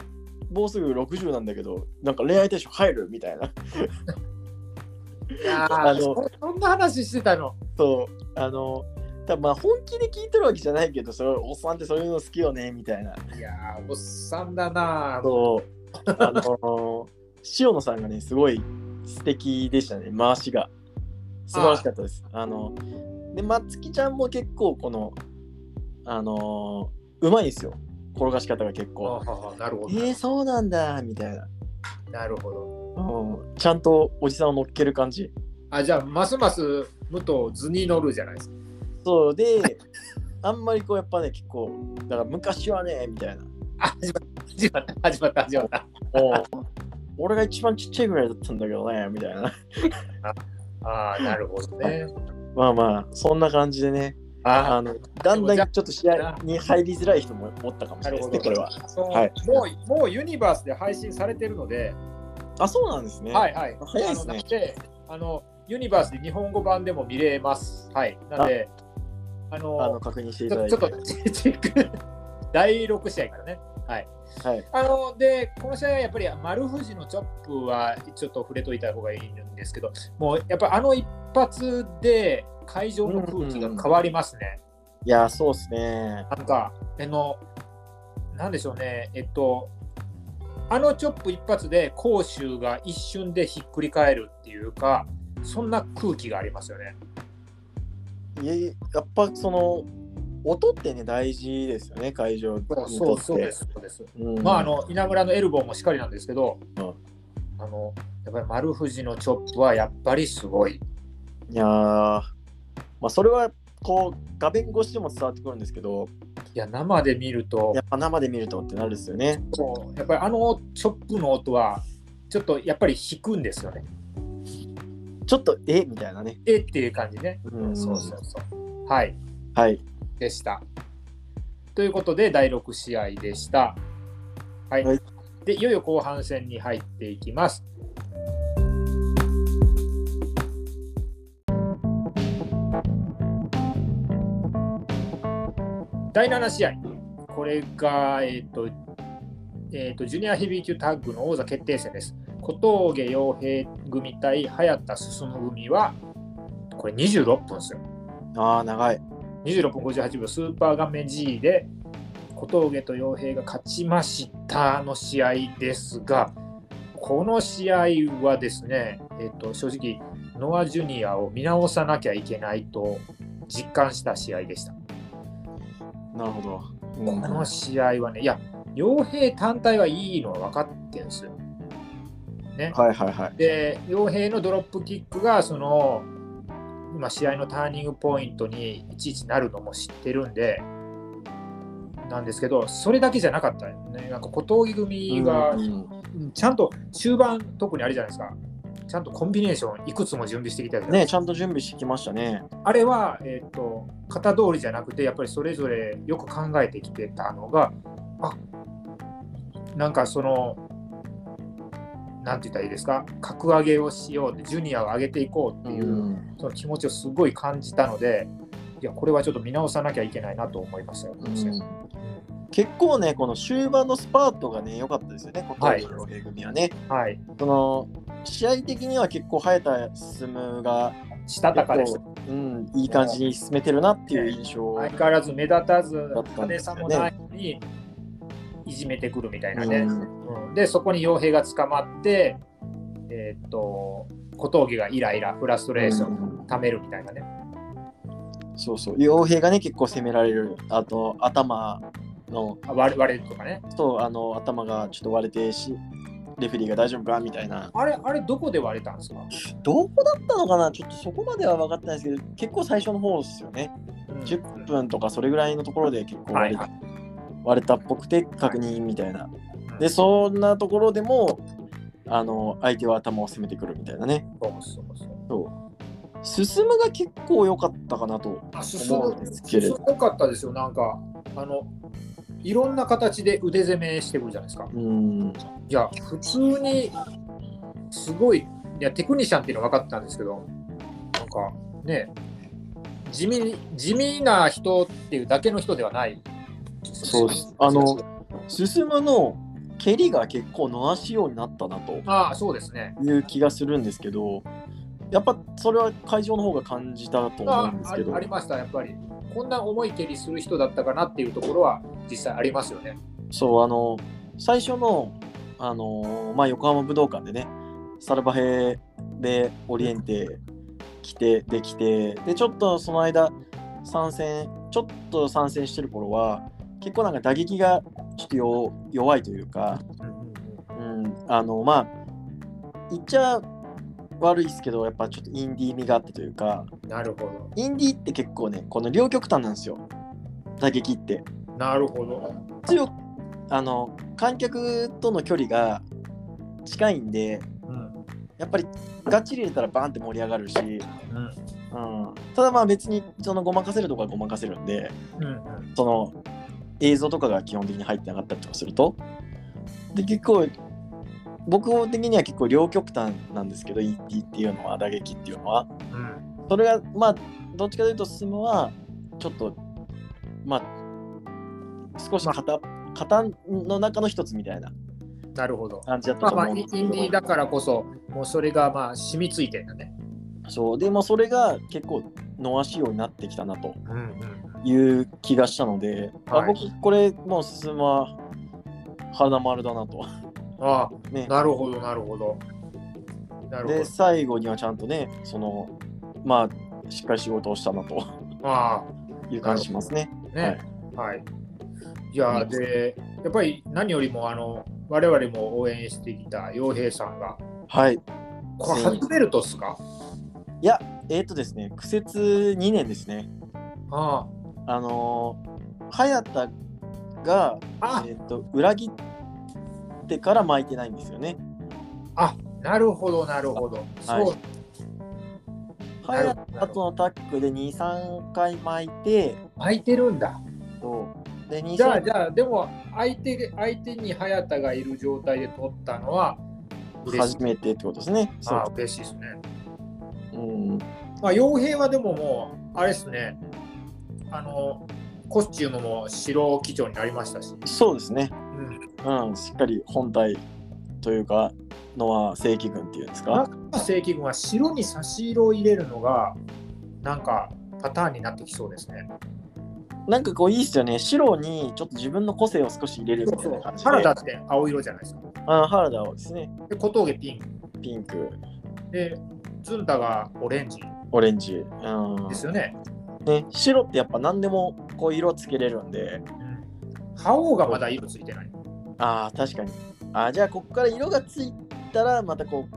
C: もうすぐ60なんだけど、なんか恋愛対象入るみたいな。 (laughs)
A: う。いや
C: あ
A: あ
C: の
A: のそ、そんな話してたの。
C: そう、あの、多分まあ本気で聞いてるわけじゃないけど、それおっさんってそういうの好きよねみたいな。
A: いやー、おっさんだな
C: あと、あのー (laughs) 塩野さんがね、すごい素敵でしたね、回しが。素晴らしかったです。あの、で、松木ちゃんも結構、この、あのーうまいんですよ、転がし方が結
A: あ
C: 構。
A: ああなるほ
C: え
A: ど。
C: ー、そうなんだ、みたいな、
A: なるほど。
C: うん。ちゃんとおじさんを乗っける感じ。
A: あ、じゃあ、ますます武藤図に乗るじゃないですか。
C: そうで、あんまりこう、やっぱね、結構、だから昔はね、みたいな。
A: あ、始まった、始まった、始まった。
C: おう俺が一番ちっちゃいぐらいだったんだけどね、みたいな。
A: ああ、なるほどね。
C: まあまあ、そんな感じでね。
A: あ
C: あのだんだんちょっと試合に入りづらい人もおったかもし
A: な
C: れ
A: る
C: な
A: ほ
C: いですね、これ
A: ど
C: は。。
A: そう
C: はい
A: もう、もうユニバースで配信されてるので、
C: あ、そうなんですね。
A: はいはい。
C: 早いです
A: あの
C: ね
A: なので、あの、ユニバースで日本語版でも見れます。はい。なので、あ
C: あの
A: の、
C: 確認して
A: ち
C: いただ
A: ょ
C: い
A: ちょっ
C: て。
A: と、チェック第6試合からね。はい。
C: はい、
A: あのでこの試合はやっぱり丸藤のチョップはちょっと触れといた方がいいんですけど、もうやっぱあの一発で会場の空気が変わりますね。
C: いや、そうですね。
A: なんか、あの、なんでしょうね、えっと、あのチョップ一発で杭州が一瞬でひっくり返るっていうか、そんな空気がありますよね。
C: いややっぱその音ってね、大事ですよね、会場にとって。
A: す。そうです
C: うん
A: まあ、あの稲村のエルボーもしっかりなんですけど、
C: うん
A: あのやっぱり丸藤のチョップはやっぱりすごい。
C: いやーまあ、それはこう画面越しでも伝わってくるんですけど、
A: いや生で見ると
C: やっぱ生で見るとってなるんですよね。
A: そうやっぱりあのチョップの音はちょっとやっぱり引くんですよね。
C: ちょっとえみたいなね。
A: えっていう感じね。
C: うん
A: そうそうそう。はい、
C: はい。
A: でした。ということで第6試合でした。はい。
C: はい
A: でいよいよ後半戦に入っていきます。第7試合、これが、えっ、と、えっ、と、ジュニアヘビー級タッグの王座決定戦です。小峠洋平組対早田進組は、これ26分ですよ。
C: ああ、長い。
A: 26分58秒、スーパー画面 G で、小峠と洋平が勝ちましたの試合ですが、この試合はですね、えっ、と、正直、ノア・ジュニアを見直さなきゃいけないと実感した試合でした。
C: なるほど。う
A: この試合はね、いや、傭兵単体はいいのは分かってるんですよ。ね、
C: はいはいはい。
A: で、傭兵のドロップキックが、その、今、試合のターニングポイントにいちいちなるのも知ってるんで、なんですけど、それだけじゃなかったよね。なんか小峠組が、
C: うん
A: うんちゃんと終盤、特にあれじゃないですか、ちゃんとコンビネーションいくつも準備してきたじゃない
C: ね
A: です
C: ちゃんと準備してきましたね。
A: かあれは、えっと型通りじゃなくて、やっぱりそれぞれよく考えてきてたのが、あなんかその、なんて言ったらいいですか、格上げをしようって、ジュニアを上げていこうっていう、
C: ん。
A: その気持ちをすごい感じたので、いや、これはちょっと見直さなきゃいけないなと思いましたよ。
C: うん結構ね、この終盤のスパートがね、良かったですよね、小
A: はい
C: 峠洋平組はね。
A: はい、
C: その試合的には結構早田進が、
A: したたかでした。
C: うん、いい感じに進めてるなっていう印象。
A: 相変わらず目立たず
C: だっ
A: 派
C: たん
A: 手
C: です
A: さ
C: よね
A: もないのにいじめてくるみたいなね、
C: う
A: うん
C: ん
A: でそこに傭兵が捕まってえーっと小峠がイライラフラストレーション
C: うん
A: 溜めるみたいなね、
C: そうそう、傭兵がね、結構攻められる。あと、頭の、
A: あ割れ割れるとかね
C: そう、あの、頭がちょっと割れてし、レフェリーが大丈夫かみたいな。
A: あれあれどこで割れたんですか、
C: どこだったのかなちょっとそこまでは分かってないですけど、結構最初の方ですよね。
A: うん
C: 10分とかそれぐらいのところで結構
A: はい
C: 割れ,、
A: はい
C: 割れたっぽくて確認みたいな。
A: うん
C: で、そんなところでも、あの、相手は頭を攻めてくるみたいなね。
A: そうそうそう
C: 進むが結構良かったかなと。
A: あ進
C: 思うん
A: む
C: ですけれ
A: 進
C: ど
A: むよかったですよなんかあのいろんな形で腕攻めしてくるじゃないですか
C: うん。
A: いや、普通にすごい、いや、テクニシャンっていうのは分かってたんですけど、なんかね、地味に地味な人っていうだけの人ではない。
C: そうですあの進むの蹴りが結構のなしようになったなと
A: ああ、そうですね。
C: いう気がするんですけど、やっぱそれは会場の方が感じたと思
A: あ
C: うんです
A: あ
C: けど
A: あ。りました、やっぱり。こんな重い蹴りする人だったかなっていうところは実際ありますよね。
C: そうあの最初のあの、まあ、横浜武道館でねサルバヘでオリエンテ来てできてでちょっとその間参戦ちょっと参戦してる頃は結構なんか打撃がちょっと弱弱いというか、うん、あのまあ言っちゃ悪いですけどやっぱちょっとインディー味があったというか
A: なるほ
C: インディーって結構ねこの両極端なんですよ打撃って。
A: ど。なるほど。
C: 強くあの観客との距離が近いんで
A: うん
C: やっぱりがっちり入れたらバーンって盛り上がるし、う
A: うん
C: ん、ただまあ別にそのごまかせるとこはごまかせるんで
A: うん
C: その映像とかが基本的に入ってなかったりとかするとで結構僕的には結構両極端なんですけど ET っていうのは打撃っていうのは
A: うん
C: それがまあどっちかというと進むはちょっとまあ少し型型の中の一つみたいな
A: なるほど。
C: 感じだった
A: まあ
C: と
A: まあ、
C: 思うん
A: イ
C: で
A: ンデ
C: すけど、
A: ィーだからこそ、もうそれがまあ染みついてるんだね。
C: そうでもそれが結構のわしようになってきたなと
A: うんうん
C: いう気がしたので、まあ
A: はい
C: 僕これもう進むは花丸だなと
A: あ
C: ね
A: あ、なるほど、なるほど。なる
C: で最後にはちゃんとねそのまあしっかり仕事をしたなと
A: ほど。あ
C: いう感じしますね
A: あ、ね。はい。い、や、で、やっぱり何よりも、あの、我々も応援してきた洋平さんが、
C: はい
A: これ、
C: そう
A: 初ベルトっすか
C: えっ、ー、とですね苦節2年ですね
A: あ
C: あのー、早田が、
A: あ、あ
C: えー、と裏切ってから巻いてないんですよね。
A: あ、なるほど、なるほど。そう、なる
C: 早
A: ほど
C: 田とのタックで2、3回巻いて、
A: 空いてるんだ。
C: そうで2、
A: じゃあ、
C: 3
A: じゃあ、でも、相手、相手に早田がいる状態で取ったのは、嬉しい
C: 初。めてってことですね。そ
A: ああ、
C: う
A: 嬉しいですね。
C: うん、
A: まあ、傭兵はでももう、あれですね、あの、コスチュームも白基調になりましたし、
C: そうですね。
A: うん、
C: うん、しっかり本体というかのは正規軍っていうんですか。
A: 正規軍は白に差し色を入れるのがなんかパターンになってきそうですね。
C: なんかこういいっすよね。白にちょっと自分の個性を少し入れるみたいな感じで。
A: 原田って青色じゃないですか。
C: あ原田をですね。
A: で小峠ピンク
C: ピンク、
A: でズンタがオレンジ
C: オレンジ。うん
A: ですよね。
C: ね、白ってやっぱ何でもこう色つけれるんで。
A: うん、覇王がまだ色ついてない。
C: ああ、確かに。あーじゃあここから色がついたらまたこ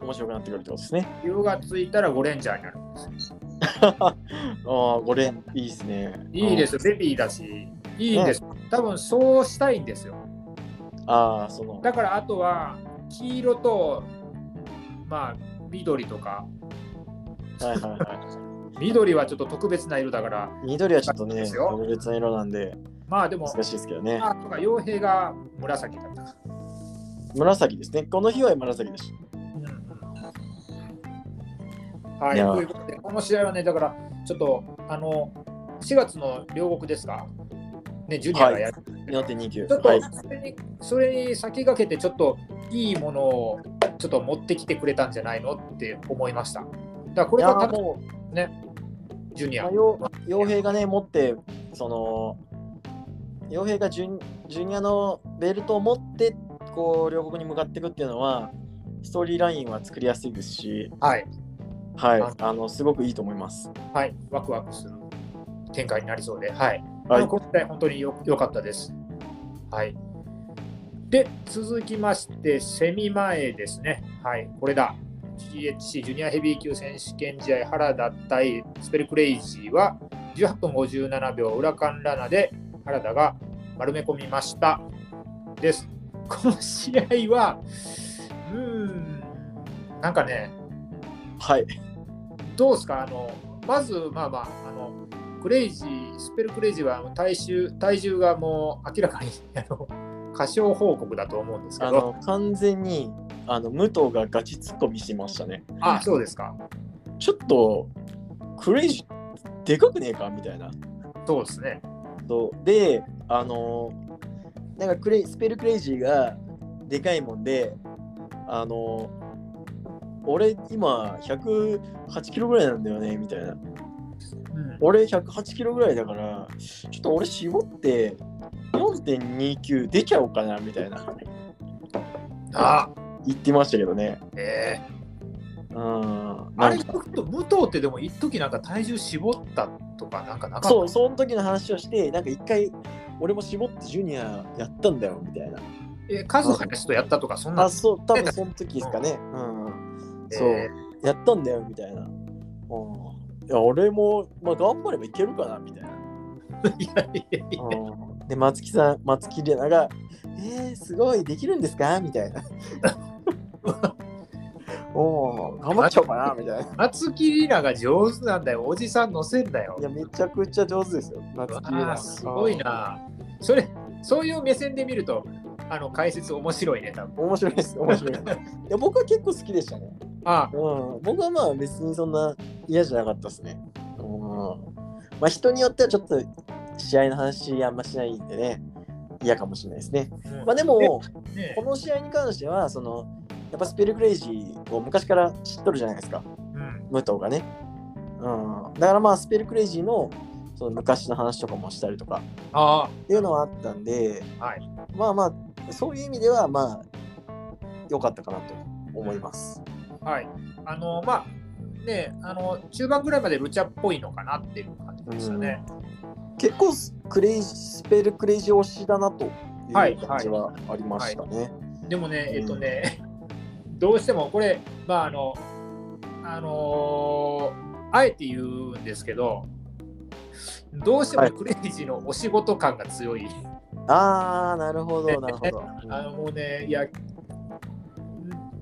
C: う面白くなってくるってことですね。
A: 色がついたらゴレンジャーになる。
C: ああ、五連いいですね。。
A: いいですす、ベビーだし、いいんです。多分そうしたいんですよ。
C: ああ、その。
A: だからあとは黄色とまあ緑とか
C: はいはいは
A: 緑はちょっと特別な色だから
C: い。緑はちょっと
A: で
C: ね、
A: すよ
C: 特別な色なんで
A: まあでも
C: 難しいですけどね。
A: あとか傭兵が紫だったか
C: 紫ですね。この日は紫です。
A: らはい
C: いや
A: ということでこの試合はねだからちょっとあの4月の両国ですかねジュニアがやる、
C: 4.29。
A: ちょっと
C: はい。
A: それにそれに先駆けてちょっといいものをちょっと持ってきてくれたんじゃないのって思いましただからこ
C: い
A: れ
C: や
A: が多
C: ー
A: 分
C: も
A: ジュニ
C: う、
A: ア
C: まあ、よう傭兵がね、持って、その、傭兵がジュニジュニアのベルトを持って、こう、両国に向かっていくっていうのは、ストーリーラインは作りやすいですし、
A: はい
C: はい
A: あ、
C: あの、すごくいいと思います。
A: はい、ワクワクする展開になりそうで、はい。
C: はい
A: でも今回本当によ良かったです。はい。で、続きまして、セミ前ですね。はい、これだ。GHC ジュニアヘビー級選手権試合原田対スペルクレイジーは18分57秒裏カンラナで原田が丸め込みましたですこの試合はうーんなんかね
C: はい。
A: どうですかあのまずまあまああのクレイジースペルクレイジーは体重体重がもう明らかに (laughs) あの過小報告だと思うんですけ
C: あ
A: ど
C: の、完全に、あの、武藤がガチツッコミしてましたね。
A: あそうですか
C: ちょっと、クレイジー、でかくねえかみたいな。
A: そうですね
C: そうであのなんかクレイスペルクレイジーがでかいもんであの俺今108キロぐらいなんだよねみたいな
A: うん
C: 俺108キロぐらいだからちょっと俺絞って4.29出ちゃおうかなみたいな
A: あ
C: 言ってましたけどね
A: ええ
C: うん
A: あ
C: な
A: れ
C: ん
A: ち
C: か
A: ょっと武藤ってでも一時なんか体重絞ったとかなんかなかった
C: そうその時の話をしてなんか一回俺も絞ってジュニアやったんだよみたいな
A: えカズハヤシとやったとかそんな
C: あそう多分その時ですかねうん、
A: えー
C: そうやったんだよみたいな。うん、いや俺も、まあ、頑張ればいけるかなみたいな。
A: いやいやいや
C: うん、で松木さん松木玲奈が「えー、すごいできるんですか?」みた
A: (laughs)
C: いな。おお頑張っちゃおうかなみたいな。
A: 松木里奈が上手なんだよおじさん乗せんだよ
C: いやめちゃくちゃ上手ですよ松木玲
A: あー
C: 奈。
A: すごいな。それ、そういう目線で見ると、あの解説面白いね、多分。
C: うん。面白いです面白い。いや僕は結構好きでしたね。
A: (laughs) あ
C: うん、僕はまあ別にそんな嫌じゃなかったですね。うん、まあ人によってはちょっと試合の話あんましないんでね、嫌かもしれないですね。まあでも、
A: ね
C: この試合に関しては、そのやっぱスペルクレイジーを昔から知っとるじゃないですか、
A: うん、
C: 武藤がね。うん、だからまあスペルクレイジーのその昔の話とかもしたりとか
A: あ
C: っていうのはあったんで、
A: はい
C: まあまあ、そういう意味ではまあ、良かったかなと思います。
A: あ、はい。あの、まあ、ねあの、中盤ぐらいまでルチャっぽいのかなっていう感じでしたね。
C: 結構クレイジスペルクレイジー推しだなという
A: はい
C: 感じはありましたね。
A: でもね、えっとね、 (laughs) どうしてもこれ、まあ、あの、あのーあえて言うんですけど、どうしてもクレイジーのお仕事感が強い
C: ああ、なるほど、なるほど。
A: あのもうね、いや、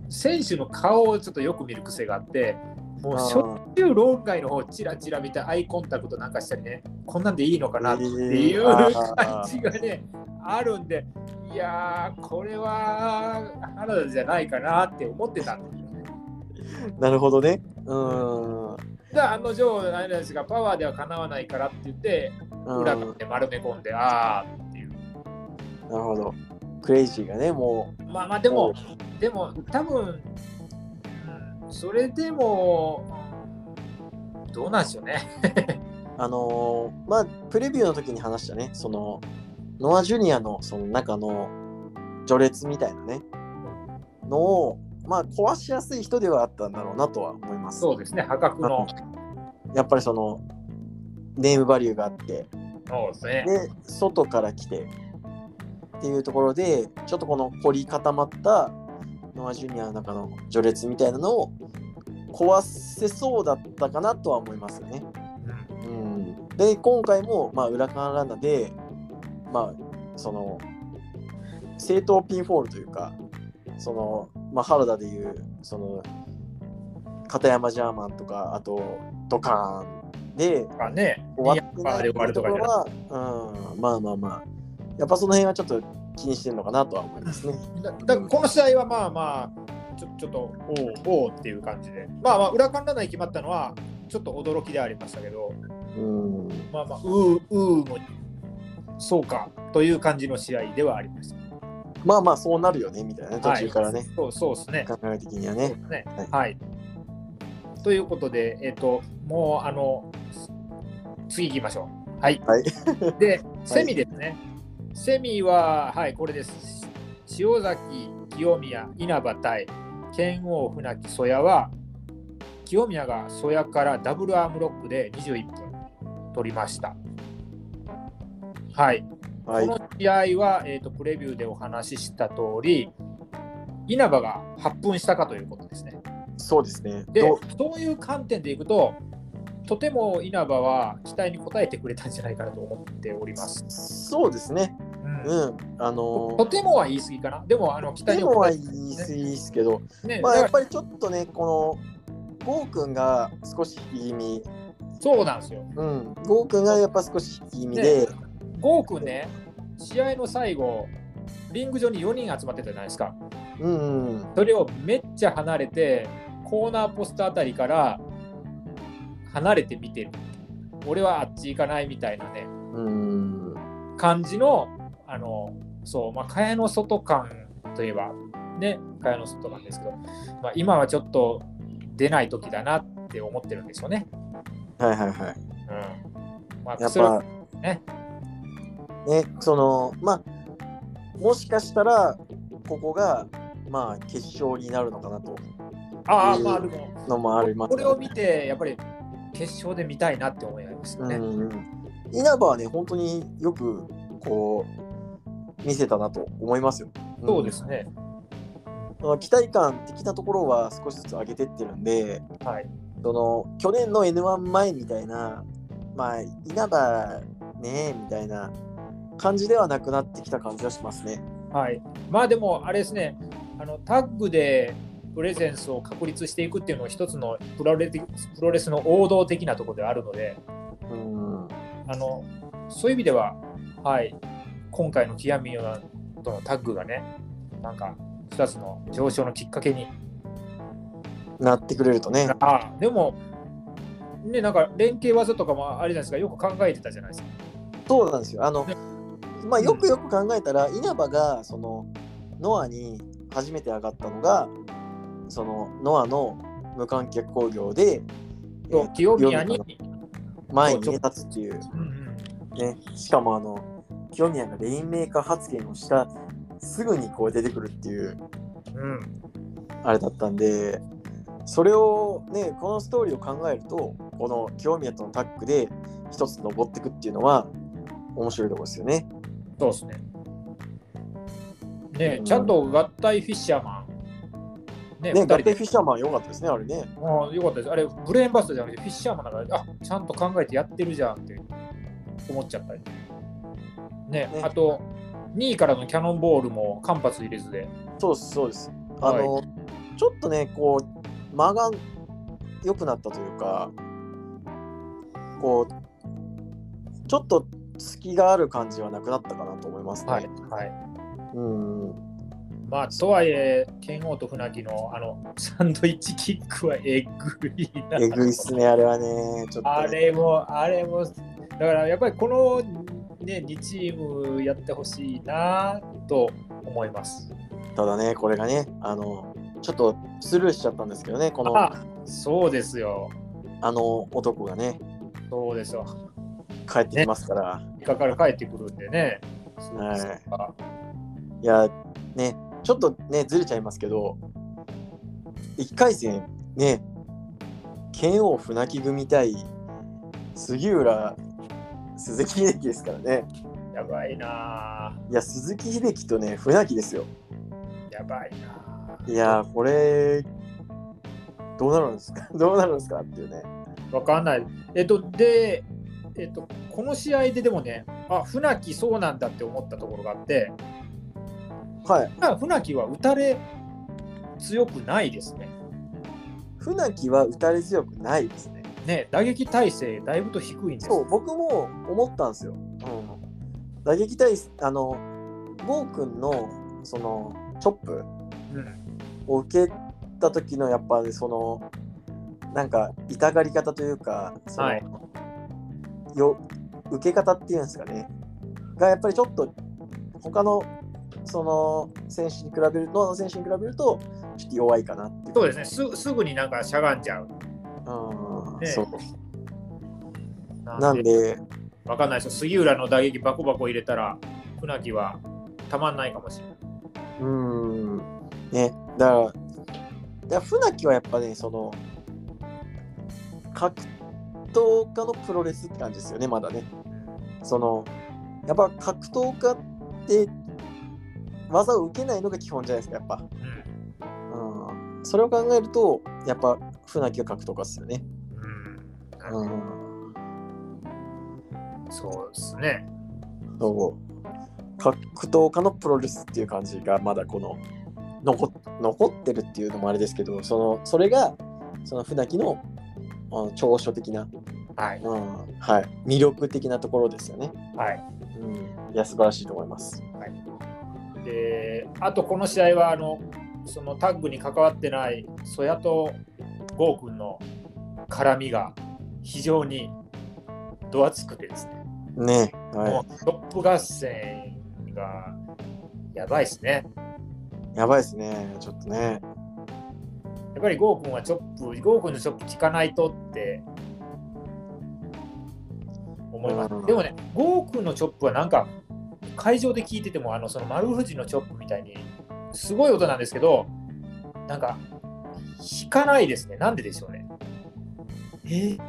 A: 選手の顔をちょっとよく見る癖があって、もうしょっちゅう論外の方、チラチラ見て、アイコンタクトなんかしたりね、こんなんでいいのかなっていう
C: えー
A: 感じがね、あるんで、いやー、これは原田じゃないかなって思ってたんですよね。
C: なるほどね。うーん。
A: だからあの女王のあれなんですが、パワーではかなわないからって言って、
C: うん
A: 裏で丸め込んで、ああっていう。
C: なるほど。クレイジーがね、もう。
A: まあまあでも、でも多分、うんそれでも、うんどうなんでしょうね。
C: あのーまあ、プレビューの時に話したね、その、ノア・ジュニアのその中の序列みたいなね、のを、まあ、壊しやすい人ではあったんだろうなとは思います。
A: そうですね、破格の。
C: やっぱりその、ネームバリューがあって、
A: (laughs) そうですね。
C: で、外から来てっていうところで、ちょっとこの凝り固まったノア・ジュニアの中の序列みたいなのを壊せそうだったかなとは思いますよね。うん、で今回も、まあ、裏側ランナーで、まあ、その正当ピンフォールというかその、まあ、原田でいうその片山ジャーマンとかあとドカーンで
A: だからね、
C: 終わって
A: いや
C: な
A: あ
C: い
A: れ終わるとかじゃな
C: は、うん、まあまあまあやっぱその辺はちょっと気にしてるのかなとは思いますね。
A: いだだからこの試合はまあまあ、ちょちょっと、おおおうっていう感じで、まあまあ、裏カンラナに決まったのは、ちょっと驚きではありましたけど、
C: うん
A: まあまあ、うー、うーも、そうかという感じの試合ではありました。
C: まあまあそうなるよねみたいな途中からね、
A: はい、そうそうですね。
C: 考え的には
A: そう
C: ね
A: で。すね
C: は
A: はいい、ということで、えっ、と、もう、あの、次行きましょう。はい。
C: はい
A: で、セミですね。セミは、はい、これです。し塩崎、清宮、稲葉対剣王船木、曽谷は、清宮が曽谷からダブルアームロックで21分取りました。はい。
C: はい
A: この試合は、えー、とプレビューでお話しした通り稲葉が発奮したかということですね。
C: そうですね。
A: で
C: どう
A: そういう観点でいくととても稲葉は期待に応えてくれたんじゃないかなと思っております。
C: そうですね。
A: うん
C: うん。あの
A: とてもは言い過ぎかなでもあの期待
C: で
A: に
C: も
A: 応
C: は
A: え
C: 言
A: て
C: い過ぎですけど、
A: ね
C: まあ、や
A: だ
C: っ
A: から
C: ぱりちょっとね、この、ゴーくんが少し引き気味、
A: そうなんですよ。
C: うん、ゴーくんがやっぱ少し引き気味
A: ね
C: で、
A: ゴー君ね試合の最後リング上に4人集まってたじゃないですか。
C: うん、うん、
A: それをめっちゃ離れてコーナーポストあたりから離れて見てる俺はあっち行かないみたいなね
C: うん、
A: 感じのあのそうまあ蚊帳の外感といえばね蚊帳の外なんですけど、まあ、今はちょっと出ない時だなって思ってるんですよね。
C: はいはいはい。
A: うんまあ、
C: やっ
A: それ
C: ぱ
A: は、ね
C: ね、その、まあ、もしかしたら、ここが、まあ、決勝になるのかなと、
A: ああ
C: うん
A: まあでも
C: のもあります
A: こ
C: ね
A: れを見てやっぱり決勝で見たいなって思いました
C: う
A: ね。
C: ん、稲葉はね、本当によく、こう、見せたなと思いますよ。ん
A: そうですね。
C: その期待感的なところは少しずつ上げてってるんで、
A: はい
C: その去年の N1 前みたいな、まあ、稲葉ねみたいな感じではなくなってきた感じはしますね。
A: はい、まあでもあれですねあのタッグでプレゼンスを確立していくっていうのは一つのプロレプロレスの王道的なところではあるので
C: うん
A: あのそういう意味では、はい、今回の極みよなとのタッグがねなんか2つの上昇のきっかけに
C: なってくれるとね。
A: あでもねなんか連携技とかもあれじゃないですかよく考えてたじゃないですか。
C: そうなんですよ。あの
A: ね
C: まあ、よくよく考えたら、稲葉がそのノアに初めて上がったのがそのノアの無観客興行で、え
A: と
C: ー
A: 清宮に
C: 清前にね立つっていう。
A: うんうん
C: ね、しかもあの清宮がレインメーカー発言をしたすぐにこう出てくるっていう
A: うん
C: あれだったんでそれをねこのストーリーを考えるとこの清宮とのタッグで一つ登っていくっていうのは面白いところですよね。
A: そうですね。ねちゃんと合体フィッシャーマン。ね
C: ね
A: 二
C: 合体
A: 人で
C: フィッシャーマン良かったですねあれね。
A: ああ、よかったです。あれ、ブレーンバストじゃなくて、フィッシャーマンだから、あちゃんと考えてやってるじゃんって思っちゃったり。ね、
C: ね
A: あと、2位からのキャノンボールも間髪入れずで。
C: そうですそうです。あの、ちょっとねこう間が良くなったというかこうちょっと隙がある感じはなくなったかなと思いますね。
A: はい。はい、
C: うん
A: まあ、とはいえ、剣王と船木のあのサンドイッチキックはえぐいな。
C: えぐいっすね、あれはね。ちょっとね、
A: あれも、あれも、だからやっぱりこの、ね、2チームやってほしいなと思います。
C: ただね、これがね、あの、ちょっとスルーしちゃったんですけどね、この、
A: あそうですよ。
C: あの男がね、
A: そうですよ。
C: 帰ってきますから、
A: 3日から帰ってくるんでね。
C: はい
A: そうですか
C: いや、ね、ちょっとね、ずれちゃいますけど、1回戦、ね、剣王船木組対杉浦鈴木秀樹ですからね。
A: やばいな。
C: いや、鈴木秀樹とね、船木ですよ。
A: やばいな。
C: いやー、これ、どうなるんですか (laughs) どうなるんですかっていうね。
A: わかんない。えっと、で、えっと、この試合ででもね、あ、船木そうなんだって思ったところがあって、
C: はい。
A: まあ船木は打たれ強くないですね。
C: 船木は打たれ強くないですね。
A: ね、打撃体勢、だいぶと低いんです
C: そう
A: よ。
C: 僕も思ったんですよ。打撃対あのゴー君のそのチョップ
A: うん
C: を受けた時のやっぱりそのなんか痛がり方というかその、
A: はい
C: よ受け方っていうんですかねがやっぱりちょっと他のその選手に比べるとの選手に比べるとちょっと弱いかなっていう。
A: そうですねす、すぐになんかしゃがんじゃう。
C: うん
A: ね
C: そうな
A: なんんで、
C: で
A: わかんないですよ。杉浦の打撃バコバコ入れたら、船木はたまんないかもしれない。
C: うーん。ね、だから、だから船木はやっぱね、その、格闘家のプロレスって感じですよね、まだね。その、やっぱ格闘家って、技を受けないのが基本じゃないですか、やっぱ。うん。それを考えると、やっぱ船木は格闘家ですよね。
A: うん。う、
C: うんん。
A: そうですね。
C: どうも格闘家のプロレスっていう感じがまだこの残っ残ってるっていうのもあれですけどそのそれがその船木のあの長所的な、
A: はい。
C: うんはい、魅力的なところですよね。
A: はい。
C: うん、いや素晴らしいと思います。
A: で、あとこの試合は、あの、そのタッグに関わってない、曽谷と郷君の絡みが非常にドアつくてですね。
C: ね
A: も
C: は
A: うトップ合戦がやばいですね。
C: い、やばいですねちょっとね。
A: やっぱりゴー君はチョップ、ゴー君のチョップ聞かないとって思います。
C: うん
A: でもね、ゴー君のチョップはなんか会場で聞いてても、あのその丸藤のチョップみたいにすごい音なんですけど、なんか引かないですね。なんででしょうね。えー、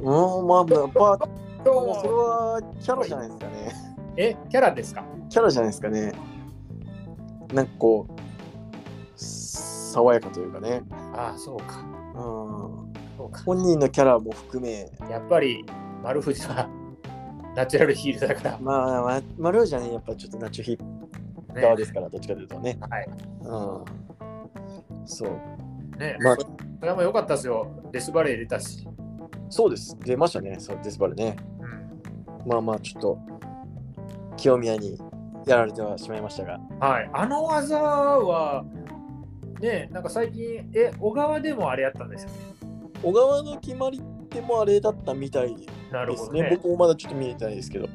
C: うんまあやっぱ
A: どう
C: もうそれ
A: も
C: はキャラじゃないですかね。
A: え、キャラですか
C: キャラじゃないですかね。なんかこう爽やかというかね。
A: ああ、そうか。
C: うん
A: そうか。
C: 本人のキャラも含め、
A: やっぱり丸藤は (laughs) ナチュラルヒールだから。
C: まあ、まマルージャね、やっぱちょっとナチュヒッ
A: ね
C: 側ですから、どっちかというとね。
A: はい。
C: うん。そう。
A: ね、
C: まあ
A: それも良かったですよ。デスバレー入れたし。
C: そうです。出ましたね、そうデスバルね。
A: うん
C: まあまあ、ちょっと、清宮にやられてはしまいましたが。
A: はい、あの技は、ね、なんか最近、え、小川でもあれやったんですよね。
C: 小川の決まりってもあれだったみたいで
A: なるほ
C: す
A: ど
C: ね。
A: ね。
C: 僕もまだちょっと見えてないですけど。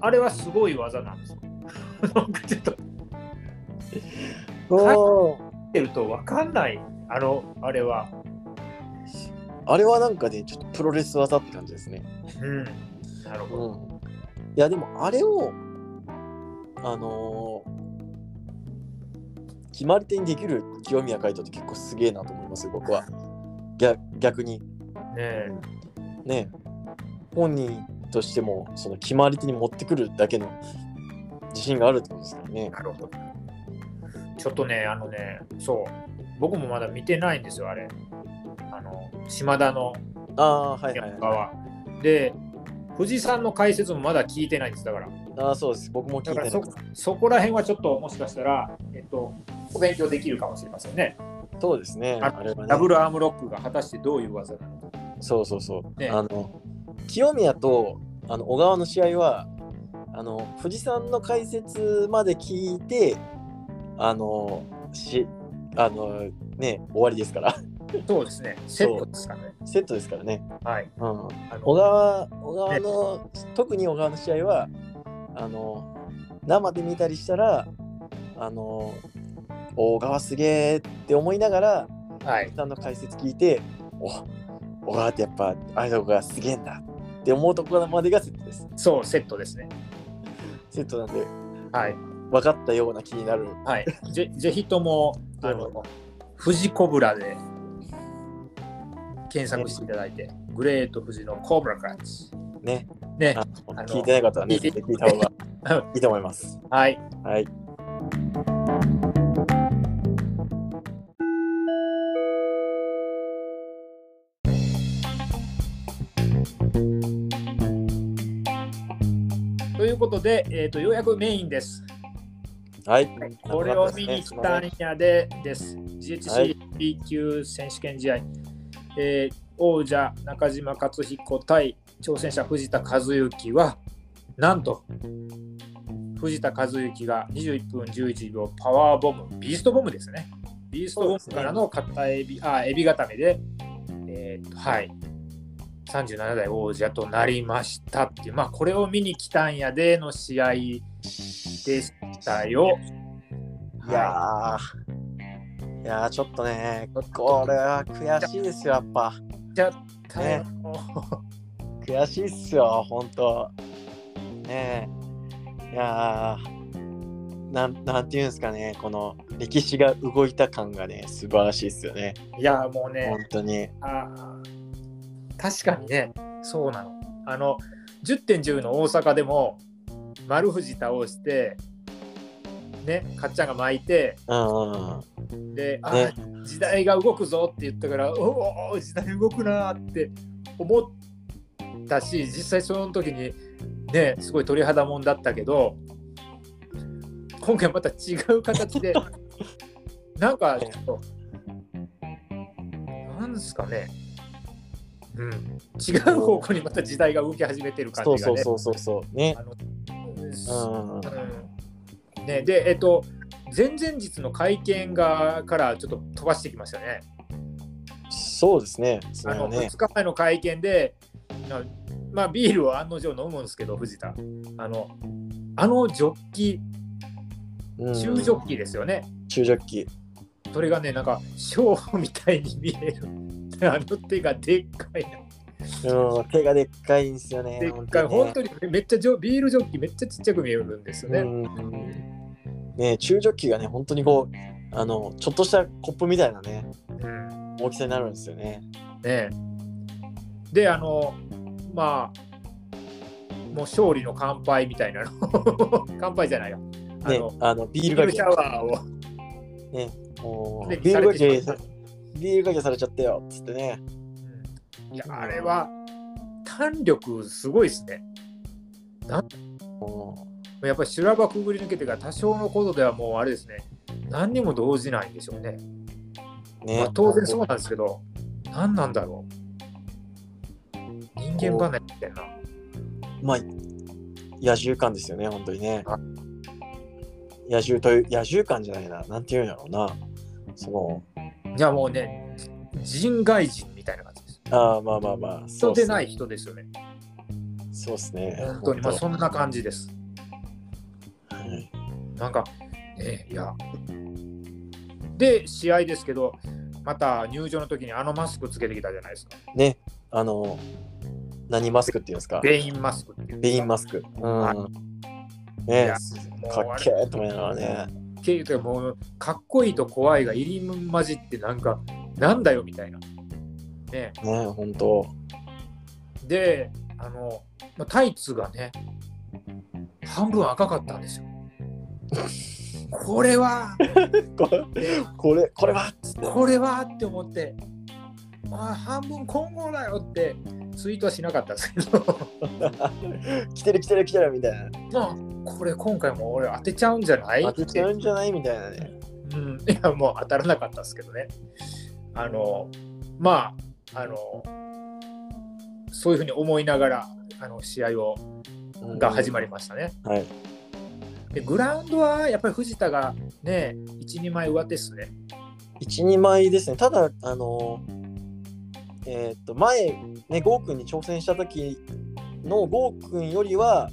A: あれはすごい技なんですよ。 (laughs) なんかちょっと
C: うん
A: 見てると分かんない、あの、あれは。
C: あれはなんかね、ちょっとプロレス技って感じですね。
A: うん。なるほど。
C: うん、いやでもあれをあのー決まり手にできる清宮海斗って結構すげえなと思いますよ僕は逆逆に
A: ねえ
C: ね本人としてもその決まり手に持ってくるだけの自信があるってことですからね
A: なるほど。ちょっとね、あのね、そう、僕もまだ見てないんですよ、あれ。あの、島田の
C: ああはいはい
A: 山
C: はい
A: 川。で、藤井さんの解説もまだ聞いてないんです、だから。
C: ああそうです僕も聞
A: だ
C: い
A: から
C: て
A: そ
C: ない
A: そこら辺はちょっともしかしたら、えっと、お勉強できるかもしれませんね。
C: そうですね
A: あ
C: あれは
A: ダブ
C: ね
A: ルアームロックが果たしてどういう技なのか。
C: そうそうそう、
A: ね
C: あの清宮とあの小川の試合はあの富士山の解説まで聞いてあのしあのね終わりですから (laughs)
A: そうですね。セットですからね。
C: セットですからね。
A: はい。
C: うん、
A: あの
C: 小川小川の、特に小川の試合はあの生で見たりしたらあの小川すげえって思いながら
A: はい。
C: さんの解説聞いてお小川ってやっぱああいうとこがすげえんだって思うところまでがセットです
A: そう、セットですね。
C: セットなんで
A: はい。
C: 分かったような気になる
A: はい。ぜ (laughs) ぜひとも、あ
C: どう
A: の、富士コブラで検索していただいて、グレート富士のコブラクラッチ。
C: ね
A: ね。
C: あ
A: の
C: 聞いてない方はね
A: 聞
C: ぜ
A: い
C: ひ
A: て
C: 聞いた方がいいと思います
A: はい。
C: はい
A: ということで、えー、とようやくメインです。
C: はい
A: これを見に来たんやでです。
C: は
A: GHC B 級選手権試合、えー王者中島克彦対挑戦者藤田和幸は、なんと藤田和幸が21分11秒パワーボム、ビーストボムですね。ビーストボムからの片エビ、あ、エビ固めで、えーとはい。37代王者となりましたっていう、まあ、これを見に来たんやでの試合でしたよ。
C: いやーいやーちょっとね
A: ちょっと
C: これは悔しいですよやっぱ
A: ちゃったよ
C: ね悔しいっすよ本当ねえいやーなんなんていうんですかねこの歴史が動いた感がね素晴らしいっすよね
A: いやもうね
C: 本、当に
A: あー確かにね、そうなの。あの、10.10の大阪でも、丸藤倒して、ね、かっちゃんが巻いて、
C: うんうん
A: で、あ
C: ね
A: ー時代が動くぞって言ったから、おお、時代動くなーって思ったし、実際その時に、ね、すごい鳥肌もんだったけど、今回また違う形
C: (laughs)
A: で、なんかちょっと、なんですかね、うん、違う方向にまた時代が動き始めてる感
C: そう
A: じが
C: そう
A: ね。
C: そうそうそうね
A: あの
C: うん
A: うんね、で、えっと、前々日の会見がからちょっと飛ばしてきましたね。
C: そうですねそ
A: あ
C: れは
A: の
C: ね
A: 2日前の会見で、なまあ、ビールを案の定飲むんですけど、藤田。あのあのジョッキ、
C: うん
A: 中ジョッキですよね。
C: 中ジョッキ
A: それがね、なんか、ショーみたいに見える。 (laughs) あの手がでっかいな。
C: うん手がでっかいんですよね
A: でっかい。本当にめっちゃジョビールジョッキめっちゃちっちゃく見えるんですよね。
C: ねね中ジョッキがね本当にこうあのちょっとしたコップみたいなね
A: うん
C: 大きさになるんですよね
A: ねえであのまあもう勝利の乾杯みたいなの (laughs) 乾杯じゃないよあ
C: ね
A: の、
C: あのビー
A: ビ
C: ル
A: ー
C: が
A: ルシャワーを
C: もう
A: で
C: ビールかけ
A: されてしまっ
C: ビールかけされちゃったよっつってね
A: いやあれは弾力すごいですね
C: も
A: やっぱり修羅場くぐり抜けてから多少のことではもうあれですね何にも動じないんでしょうね、
C: う
A: ま
C: ね
A: あ、当然そうなんですけど何なんだろう人間離れみたいな
C: まあ野獣感ですよね本当にね野獣という野獣感じゃないななんていうんやろうなその
A: いやもうね人外人みたいな感じです
C: ああまあまあまあ
A: 人
C: そう
A: で
C: で
A: な
C: す
A: い人ですよね
C: そうですね
A: 本当に、まあ、そんな感じです。
C: はい
A: なんか、えいや。で、試合ですけど、また入場の時にあのマスクつけてきたじゃないですか。
C: ねあの何マスクっていうんですか
A: ベインマスクっていう。
C: ベインマスク。
A: は
C: うん。
A: い
C: ね
A: や
C: かっ
A: もうあれ
C: けえと思いながらね。
A: っていうか、もう、かっこいいと怖いが入り混じって、なんか、なんだよみたいな。ね、
C: ね本当。
A: で、あの、まあタイツがね、半分赤かったん
C: (laughs)
A: ですよ。これは、
C: これ、これ、これはっ (laughs) つって
A: これはって思って、あ半分混合だよってツイートはしなかったんですけど、
C: 来てる来てる来てるみたいな。
A: まあ、これ今回も俺当てちゃうんじゃない
C: 当てちゃうんじゃないみたいなね。
A: うん、いや、もう当たらなかったですけどね。あの、まあ、あの、そういうふうに思いながら、あの試合をが始まりましたね。
C: うん。はい。
A: で、グラウンドはやっぱり藤田がね、1、2枚上手ですね。
C: 1、2枚ですね。ただ、あの、えーっと、前、ね、ゴー君に挑戦した時のゴー君よりは、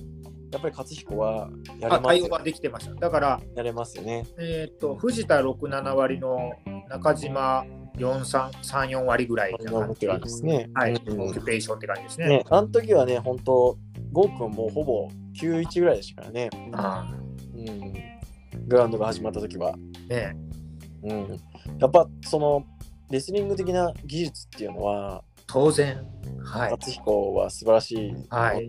C: やっぱり勝彦はやれ
A: あ
C: ま
A: 対
C: す
A: 応
C: よ
A: ができてました。だから、
C: やれますよね。
A: えっ、と、藤田6、7割の中島4、3、3、4割ぐらい
C: こん
A: な
C: な
A: 感
C: こと
A: じ
C: なんですね。
A: はい、オ
C: うん
A: キュペーションって感じですね。
C: ね、あの時はね、本当ゴー君もうほぼ91ぐらいでしたからね。
A: あ
C: うん。グラウンドが始まった時は。
A: ーね
C: うん。やっぱ、その、レスリング的な技術っていうのは、
A: 当然。はい。
C: 勝彦は素晴らしいも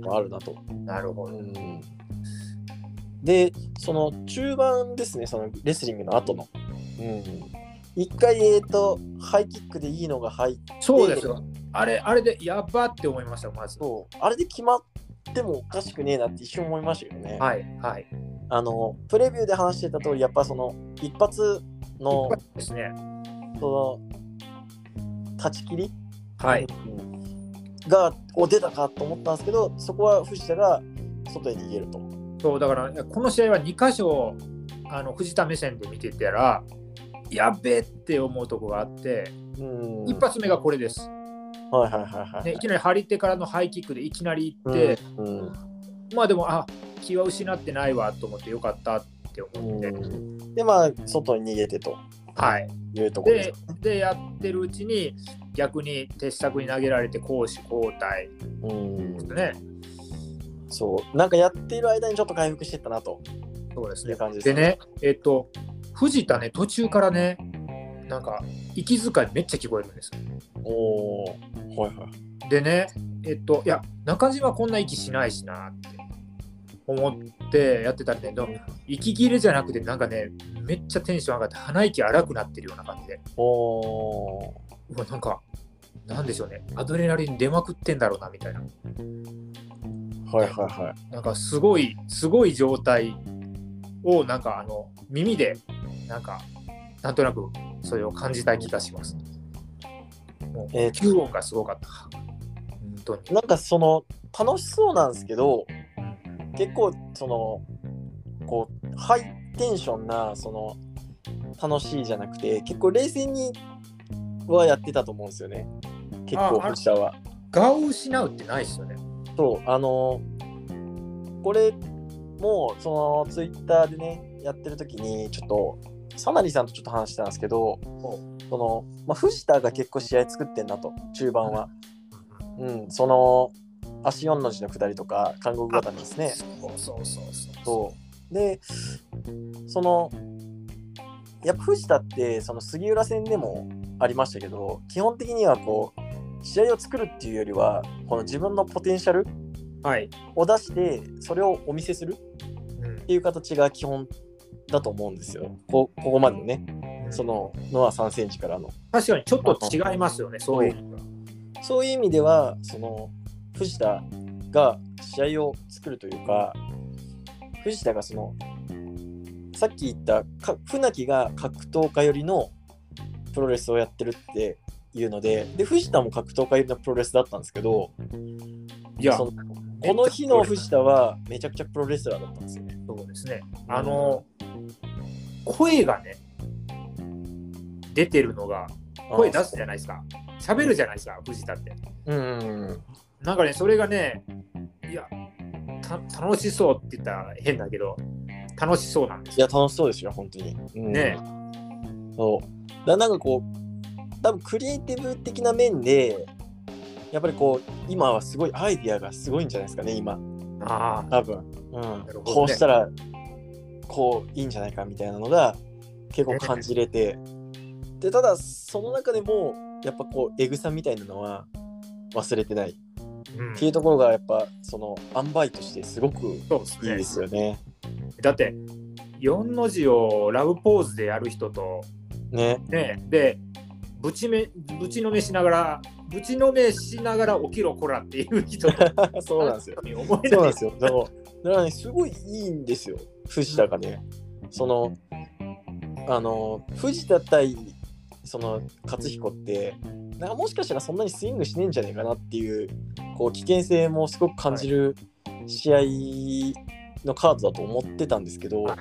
C: のがあるなと。
A: なるほど。
C: うんで、その中盤ですね、そのレスリングの後の。うん、一回、えっ、と、ハイキックでいいのが入って、
A: そうですよ。あれ、あれでやばって思いました、まず。
C: そうあれで決まってもおかしくねえなって一瞬思いましたけどね。
A: はい、はい。
C: あの、プレビューで話してた通り、やっぱその、一発の、
A: ですね。
C: その、断ち切り
A: はい。
C: が、お、出たかと思ったんですけど、そこは藤田が外へ逃げると。
A: そう、だから、この試合は2箇所、あの藤田目線で見てたら、やべえって思うとこがあって、
C: うん。
A: 一発目がこれです。
C: はいはいはいはい。
A: ね、いきなり張り手からのハイキックでいきなり行っ
C: うん
A: て、
C: うん
A: まあでも、あ気は失ってないわと思ってよかったって思って、
C: でまあ外に逃げてと
A: はい。
C: いうところです
A: で、でやってるうちに、逆に鉄柵に投げられて攻守交代
C: うん
A: ですね。
C: そうなんかやっている間にちょっと回復してったなと
A: そうです
C: い
A: ね
C: う。感じです
A: でね、えっと、藤田ね、途中からね、なんか、息遣いめっちゃ聞こえるんですよ。
C: おおはいはい
A: でね、えっと、いや、中島こんな息しないしなって思ってやってたんだけど、息切れじゃなくて、なんかね、めっちゃテンション上がって、鼻息荒くなってるような感じで、
C: おお
A: うわ、なんか、なんでしょうね、アドレナリン出まくってんだろうなみたいな、
C: ーはいはいはい
A: なんかすごい、すごい状態を、なんか、あの、耳で、なんか、なんとなくそれを感じた気がします。もう
C: えー
A: 吸音がすごかった。本当に。
C: なんかその楽しそうなんですけど結構そのこうハイテンションなその楽しいじゃなくて結構冷静にはやってたと思うんですよね結構
A: ああ
C: 藤田は
A: 我を失うってないですよね。
C: そう、あのーこれもうそのツイッターでね、やってる時に、ちょっと、サナリさんとちょっと話したんですけど、その、まあ、藤田が結構試合作ってんなと、中盤は。うん、その、足4の字の下りとか、韓国語にですね。
A: そうそうそうそう。
C: そう。で、その、やっぱ藤田って、その杉浦戦でもありましたけど、基本的にはこう、試合を作るっていうよりは、この自分のポテンシャル
A: はい。
C: を出してそれをお見せするっ
A: うん
C: ていう形が基本だと思うんですよ。こここまでのね、そのノア3センチからの。
A: 確かにちょっと違いますよね、そういう意味では。
C: そういう意味では、その藤田が試合を作るというか、藤田がその、さっき言ったか船木が格闘家寄りのプロレスをやってるっていうので、で藤田も格闘家寄りのプロレスだったんですけど、
A: いや、そ
C: そのこの日の藤田はめちゃくちゃプロレスラーだったんですよね。
A: うですね。あの、声がね、出てるのが、声出すじゃないですか。喋るじゃないですか、藤田って。
C: うんうんうん
A: なんかね、それがね、いや、た楽しそうって言ったら変だけど、楽しそうなんです
C: い
A: よ。
C: や、楽しそうですよ、本当に。うん
A: ね
C: そう。だなんかこう、多分クリエイティブ的な面で、やっぱりこう、今はすごいアイディアがすごいんじゃないですかね、今、
A: ああ、
C: 多分。うん
A: るほどね
C: こうしたら、こう、いいんじゃないかみたいなのが、結構感じれて。で、ただ、その中でも、やっぱこう、えぐさみたいなのは忘れてないっ
A: うん
C: ていうところが、やっぱ、その、塩梅としてすごくい
A: そうです
C: い
A: ね
C: ですよね。
A: だって、4の字をラブポーズでやる人と、
C: ね。 (laughs)
A: ねでぶちめぶちのめしながらぶちのめしながら起きろこらっていう人と
C: (laughs) そうなん
A: (laughs)
C: ですよ。
A: 思え
C: そ
A: な
C: うなん
A: い
C: ですよ。だから、 (laughs) だからね、すごいいいんですよ、藤田がね。その、あの、藤田対、その、勝彦って、なんかもしかしたらそんなにスイングしねえんじゃねえかなっていう、こう、危険性もすごく感じる試合のカードだと思ってたんですけど、
A: はい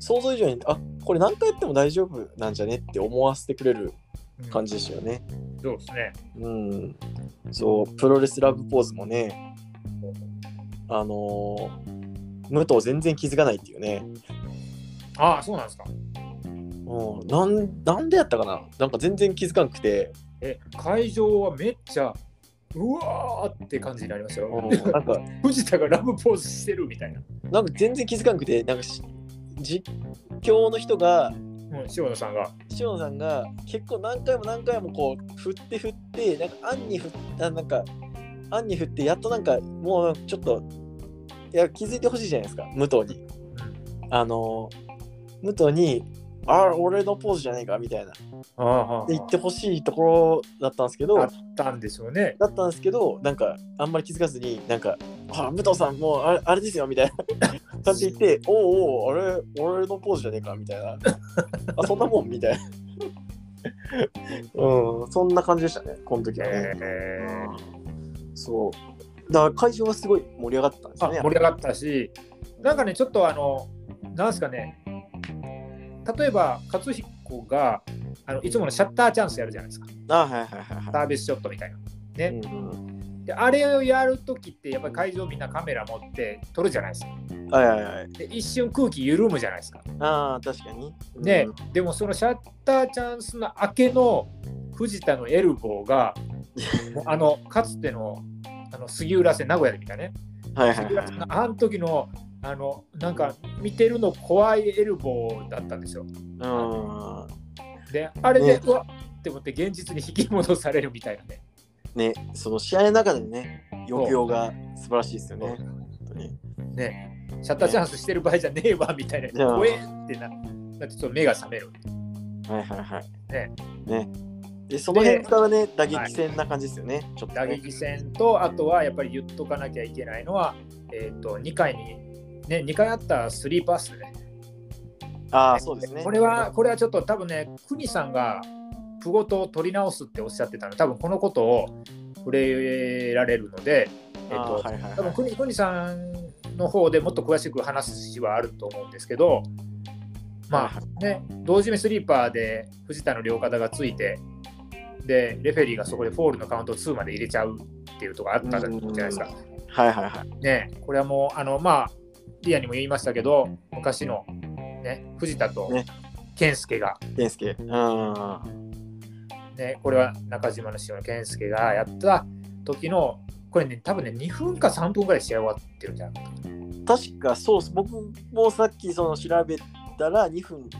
C: 想像以上に、あこれ何回やっても大丈夫なんじゃねって思わせてくれる
A: うん
C: 感じですよね。
A: そうですね。
C: うん。そう、プロレスラブポーズもね、あのー武藤全然気づかないっていうね。
A: ああ、そうなんですか。
C: うん、なんなんでやったかななんか全然気づかなくて、
A: え、会場はめっちゃ、うわーって感じになりました
C: う
A: よ。
C: ん、なんか
A: 藤田がラブポーズしてるみたいな。
C: なんか全然気づかなくてなんかし実況の人が
A: うん、塩野さんが。
C: 塩野さんが結構何回も何回もこう振って振ってなんか案に振ったなんか案に振ってやっとなんかもうちょっといや気づいてほしいじゃないですか武藤にあの武藤に「ああ俺のポーズじゃないか」みたいな
A: ああ、あ
C: で言ってほしいところだったんですけど
A: あったんでしょうね。
C: だったんですけどなんかあんまり気づかずになんか「あ武藤さんもうあれあれですよ」みたい
A: (laughs)
C: な感じで言って「おうおうあれ俺のポーズじゃねえか」みたいな「あそんなもん」みたいなうんそんな感じでしたねこの時はね、
A: えー
C: そうだから会場はすごい盛り上がったんです
A: あ
C: よね
A: 盛り上がったし、なんかね、ちょっとあの、なんすかね、例えば、勝彦があのいつものシャッターチャンスやるじゃないですか、
C: あはいはいはいは
A: サービスショットみたいな。
C: い、うん
A: で、あれをやるときって、やっぱり会場みんなカメラ持って撮るじゃないですか。
C: うん、はいはいはい
A: で、一瞬空気緩むじゃないですか。
C: あー確かに
A: ね、でもそのシャッターチャンスの明けの藤田のエルボー
C: (laughs)
A: が、もうあの、かつてのあの杉浦戦、名古屋で見たね。
C: うんはいはいはい
A: あの時のあのなんか見てるの怖いエルボーだったんですよ。
C: うん
A: であれで、
C: ね
A: うわっって思って現実に引き戻されるみたいなね。
C: ねその試合の中でのね抑揚が素晴らしいですよね本当に
A: ねシャッターチャンスしてる場合じゃねえわみたいな。
C: や
A: 怖えってな。だってちょっと目が覚める。
C: はいはいはい。
A: ね。
C: ね。で、その辺からね、打撃戦な感じですよね。ちょっと、ね。
A: 打撃戦とあとはやっぱり言っとかなきゃいけないのは、えっと2回に、ね、2回あったスリーパースね。
C: ああ、そうですね。
A: これは、これはちょっと多分ね、国さんがプゴトを取り直すっておっしゃってたので、多分このことを触れられるので、えっ
C: あ
A: と
C: ーはいはい
A: 多分
C: は
A: 国国さんの方でもっと詳しく話すしはあると思うんですけど、まあね、同時めスリーパーで藤田の両肩がついて、で、レフェリーがそこでフォールのカウント2まで入れちゃうっていうところあったじゃないですか。
C: い。はいはいはい。
A: ね、これはもうあのまあリアにも言いましたけど昔の、ね、藤田と
C: ね
A: 健介が、
C: 健介。うん。は
A: ね、これは中島の塩の健介がやった時のこれね多分ね2分か3分ぐらい試合終わってるんじゃん
C: 確かそうっす。僕もさっきその調べたら2分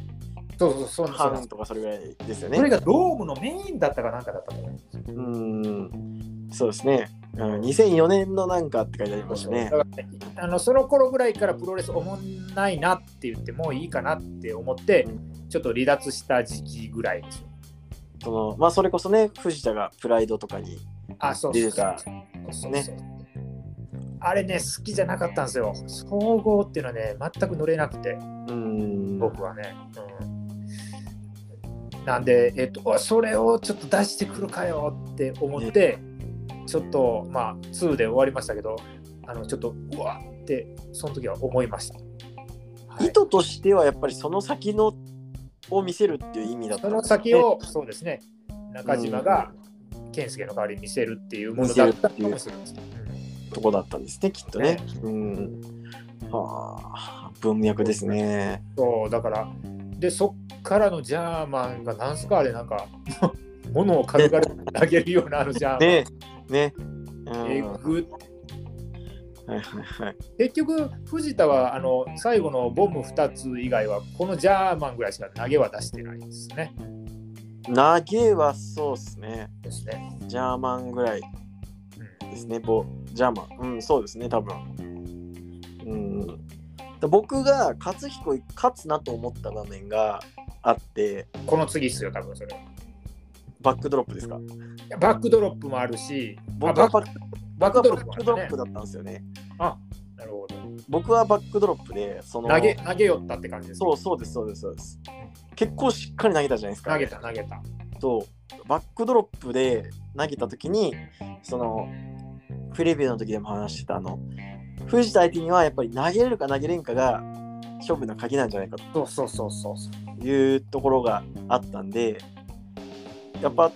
A: そうそうそうそう
C: 半とかそれぐらいですよ
A: これ
C: ね。
A: がドームのメインだったかなんかだったと思うんですよ
C: うん。そうですね。うん、2004年のなんかって書いてありましたね。
A: だからねあのその頃ぐらいからプロレスおもんないなって言ってもういいかなって思って
C: う
A: ちょっと離脱した時期ぐらいですよ
C: そのまあそれこそね、藤田がプライドとかに。
A: あ、そう
C: 出てた
A: そうそうそうあれね、好きじゃなかったんですよ。総合っていうのはね、全く乗れなくて、
C: うん。
A: 僕はね。うんなんで、えっと、おそれをちょっと出してくるかよって思って、ちょっと、まあ、2で終わりましたけど、あのちょっと、うわって、その時は思いました。はい
C: 意図としてはやっぱりその先のを見せるっていう意味だっ
A: そ
C: たん
A: の
C: ですね
A: 先を、そうですね、中島が健介の代わりに見せるっていうものだったかもしれないですね。うん
C: とこだったんですねきっとね。うん、はあ文脈ですね。
A: そうだからでそっからのジャーマンがなんすかあれなんか (laughs) 物を軽々投げるようなあのジャーマン、
C: ねね。うん、
A: え
C: は
A: ぐ
C: いはいはい。
A: 結局藤田はあの最後のボム2つ以外はこのジャーマンぐらいしか投げは出してないですね。
C: 投げはそうですね。
A: ですね。
C: ジャーマンぐらい
A: うん
C: ですね。ぼジャーマン。うんそうですね多分。うん。で僕が勝彦勝つなと思った場面があって
A: この次っすよ多分それは。
C: バックドロップですか。
A: いやバックドロップもあるしあ
C: 僕
A: バ
C: は
A: ック
C: バッ
A: バック
C: ク
A: ド
C: 僕
A: ロップもある
C: はバックドロ
A: ね
C: ップだったんですよね。
A: なるほど
C: 僕はバックドロップでその
A: 投げ投げよったって感じですね、
C: そうそうですそうですそうです。結構しっかり投げたじゃないですか。
A: 投げた投げた。
C: とバックドロップで投げた時にそのプレビューの時でも話してたあの藤田相手にはやっぱり投げれるか投げれんかが勝負の鍵なんじゃないかと
A: そうそうそうそう。
C: いうところがあったんでやっぱ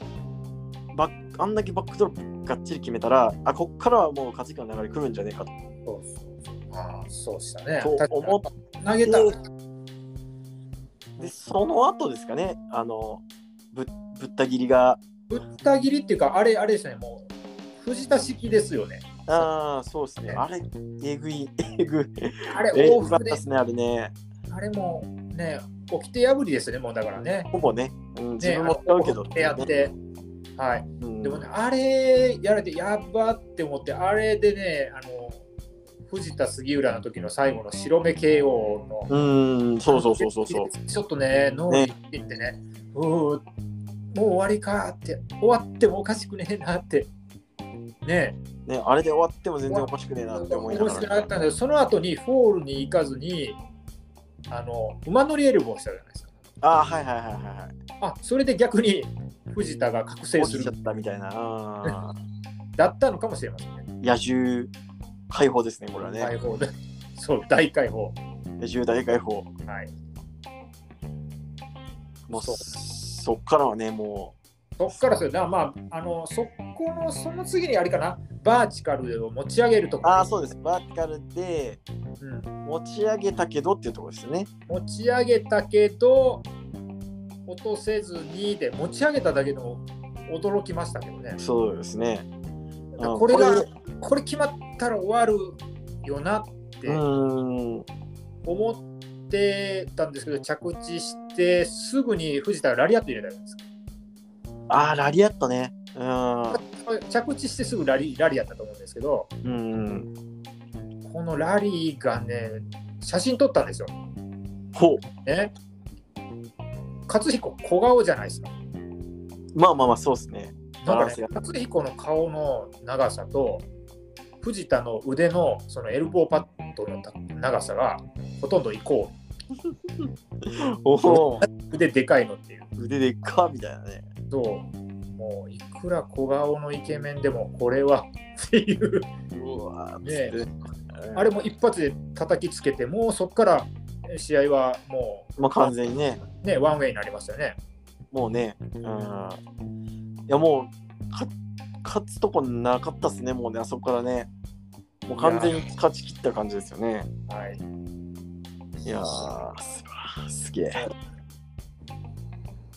C: バックあんだけバックドロップがっちり決めたらあこっからはもう勝ちの流れ来るんじゃねえか
A: そうそうああ、そうしたね。
C: とと思っ
A: 投げた。
C: でその後ですかねあのぶぶった切りが
A: ぶった切りっていうか、あれ、あれですね、もう、藤田式ですよね。
C: ああそうですねあれえぐいえぐい
A: あれ、
C: え
A: 往
C: ぐか
A: 復
C: った
A: で
C: で、すねあれね
A: あれもね、起きて破りですね、もうだからね。
C: ほぼね、うん、自
A: ね
C: 分も使うけど、
A: あのやって。はい。
C: うん
A: でもね、あれやられて、やばって思って、あれでね、あの、藤田杉浦の時の最後の白目 KO の。
C: うんそうそうそうそうそう
A: ちょっとね、脳にいってね、うーもう終わりかって、終わってもおかしくねえなって。ね
C: ね、あれで終わっても全然おかしくねえなって思いな
A: 面
C: が
A: 白か
C: ら
A: ったんだけど、その後にフォールに行かずに、あの、馬乗りエルボーしたじゃないですか。
C: ああはいはいはいはいはい
A: あ、それで逆に藤田が覚醒
C: 落
A: す
C: ちちゃ
A: る
C: ったみたいなあー
A: だったのかもしれませんね。
C: 野獣解放ですねこれはね、
A: 解放で。そう、大解放。
C: 野獣大解放
A: はい。
C: もう
A: そ
C: そうっからはねも
A: そっからそれな、まあ、あの、そこの、その次にあれかな、バーチカルを持ち上げると
C: うああ
A: か、
C: そうですバーティカルで
A: うん、
C: 持ち上げたけどっていうところですね
A: 持ち上げたけど落とせずにで持ち上げただけでも驚きましたけどね
C: そうですねうん
A: これが
C: こ
A: これ決まったら終わるよなって
C: うーん
A: 思ってたんですけど着地してすぐに藤田がラリアット入れたじゃないですか
C: ああラリアットねうん
A: 着地してすぐラリラリアットだと思うんですけど
C: うん
A: このラリーがね写真撮ったんですよ、
C: ほう
A: ね、勝彦小顔じゃないですか
C: まあまあまあそうですね
A: なん
C: バラ
A: か
C: ンス
A: ね
C: が、
A: 勝彦の顔の長さと藤田の腕のそのエルボーパッドの長さがほとんどイコ
C: おお
A: ール腕でかいのっていう
C: 腕でっかみたいなね
A: ともういくら小顔のイケメンでもこれはっていう
C: うわー
A: ねえ
C: つって
A: あれも一発で叩きつけてもうそこから試合はも
C: まあ完全にね
A: うねワンウェイになりましたよね
C: もうね、うん、いやもうか勝つとこなかったっすね、もうね、あそこからね、もう完全に勝ち切った感じですよね。
A: はい
C: いやー、すばすげえ。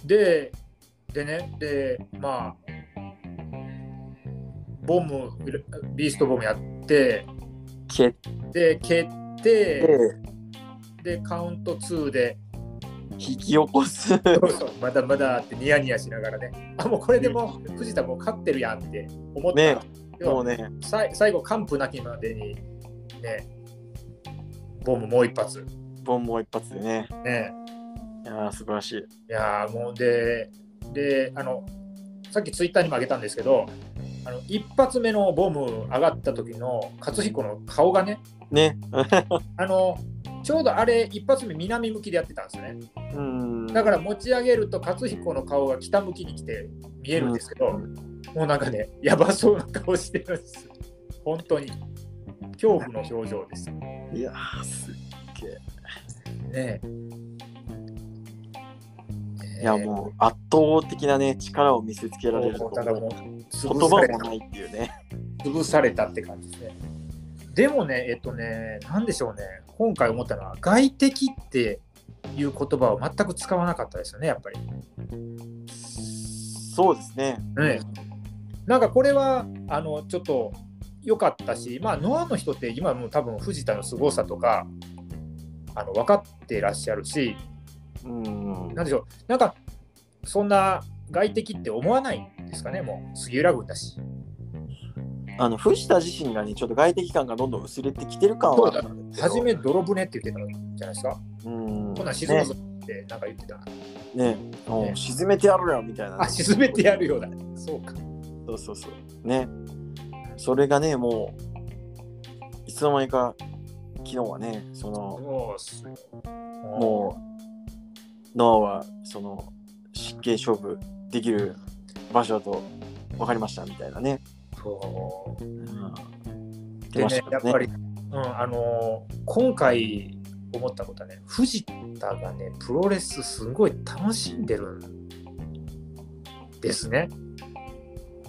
A: ででねでまあボムビーストボムやって
C: 蹴っ
A: で
C: て、
A: 蹴ってでカウント2で
C: 引き起こす。
A: まだまだってニヤニヤしながらねあもうこれでもう藤田もう勝ってるやんって思った
C: ね
A: ら、で
C: も
A: も
C: うね、
A: さい最後完膚なきまでにねボムもう一発
C: ボンもう一発でね。
A: ね
C: いやー、素晴らしい。
A: いやーもうでであのさっきツイッターにもあげたんですけどあの一発目のボム上がった時の勝彦の顔がね
C: ね。
A: あのちょうどあれ一発目南向きでやってたんですよね
C: うん。
A: だから持ち上げると勝彦の顔が北向きに来て見えるんですけど、もうなんかね、やばそうな顔してるんです。本当に。恐怖の表情です。ね
C: いやー、す
A: え。
C: いやもう圧倒的なね、力を見せつけ
A: えー
C: られると
A: もうだからもう
C: 言
A: 潰さ
C: 葉
A: れ
C: も
A: た
C: ないっていうね。
A: 潰されたって感じですね。でもね、えっとね、なんでしょうね、今回思ったのは、外敵っていう言葉を全く使わなかったですよね、やっぱり。
C: そうですね。
A: ね、なんかこれはあのちょっと良かったし、まあ、ノアの人って今もう多分藤田の凄さとかあの分かっていらっしゃるし
C: うん。
A: なんでしょうなんかそんな外敵って思わないんですかねもう杉浦軍だし
C: あの藤田自身がね、ちょっと外的感がどんどん薄れてきてる感はあったんですけど
A: 初め泥船って言ってたじゃないですか
C: うん
A: こんなん沈むぞってなんか言ってた、
C: ねねもう
A: ね
C: 沈めてやるよみたいな、
A: あ沈めてやるようだそうか
C: そうそうそう。ね。それがね、もう、いつの間にか、昨日はね、その、
A: そうっすよも
C: もう、ノアは、その、失敬勝負できる場所だと分かりましたみたいなね。
A: うそう
C: うん、
A: で
C: 出まし
A: ね
C: た、
A: やっぱり、うん、あのー今回思ったことはね、藤田がね、プロレスすごい楽しんでるんですね。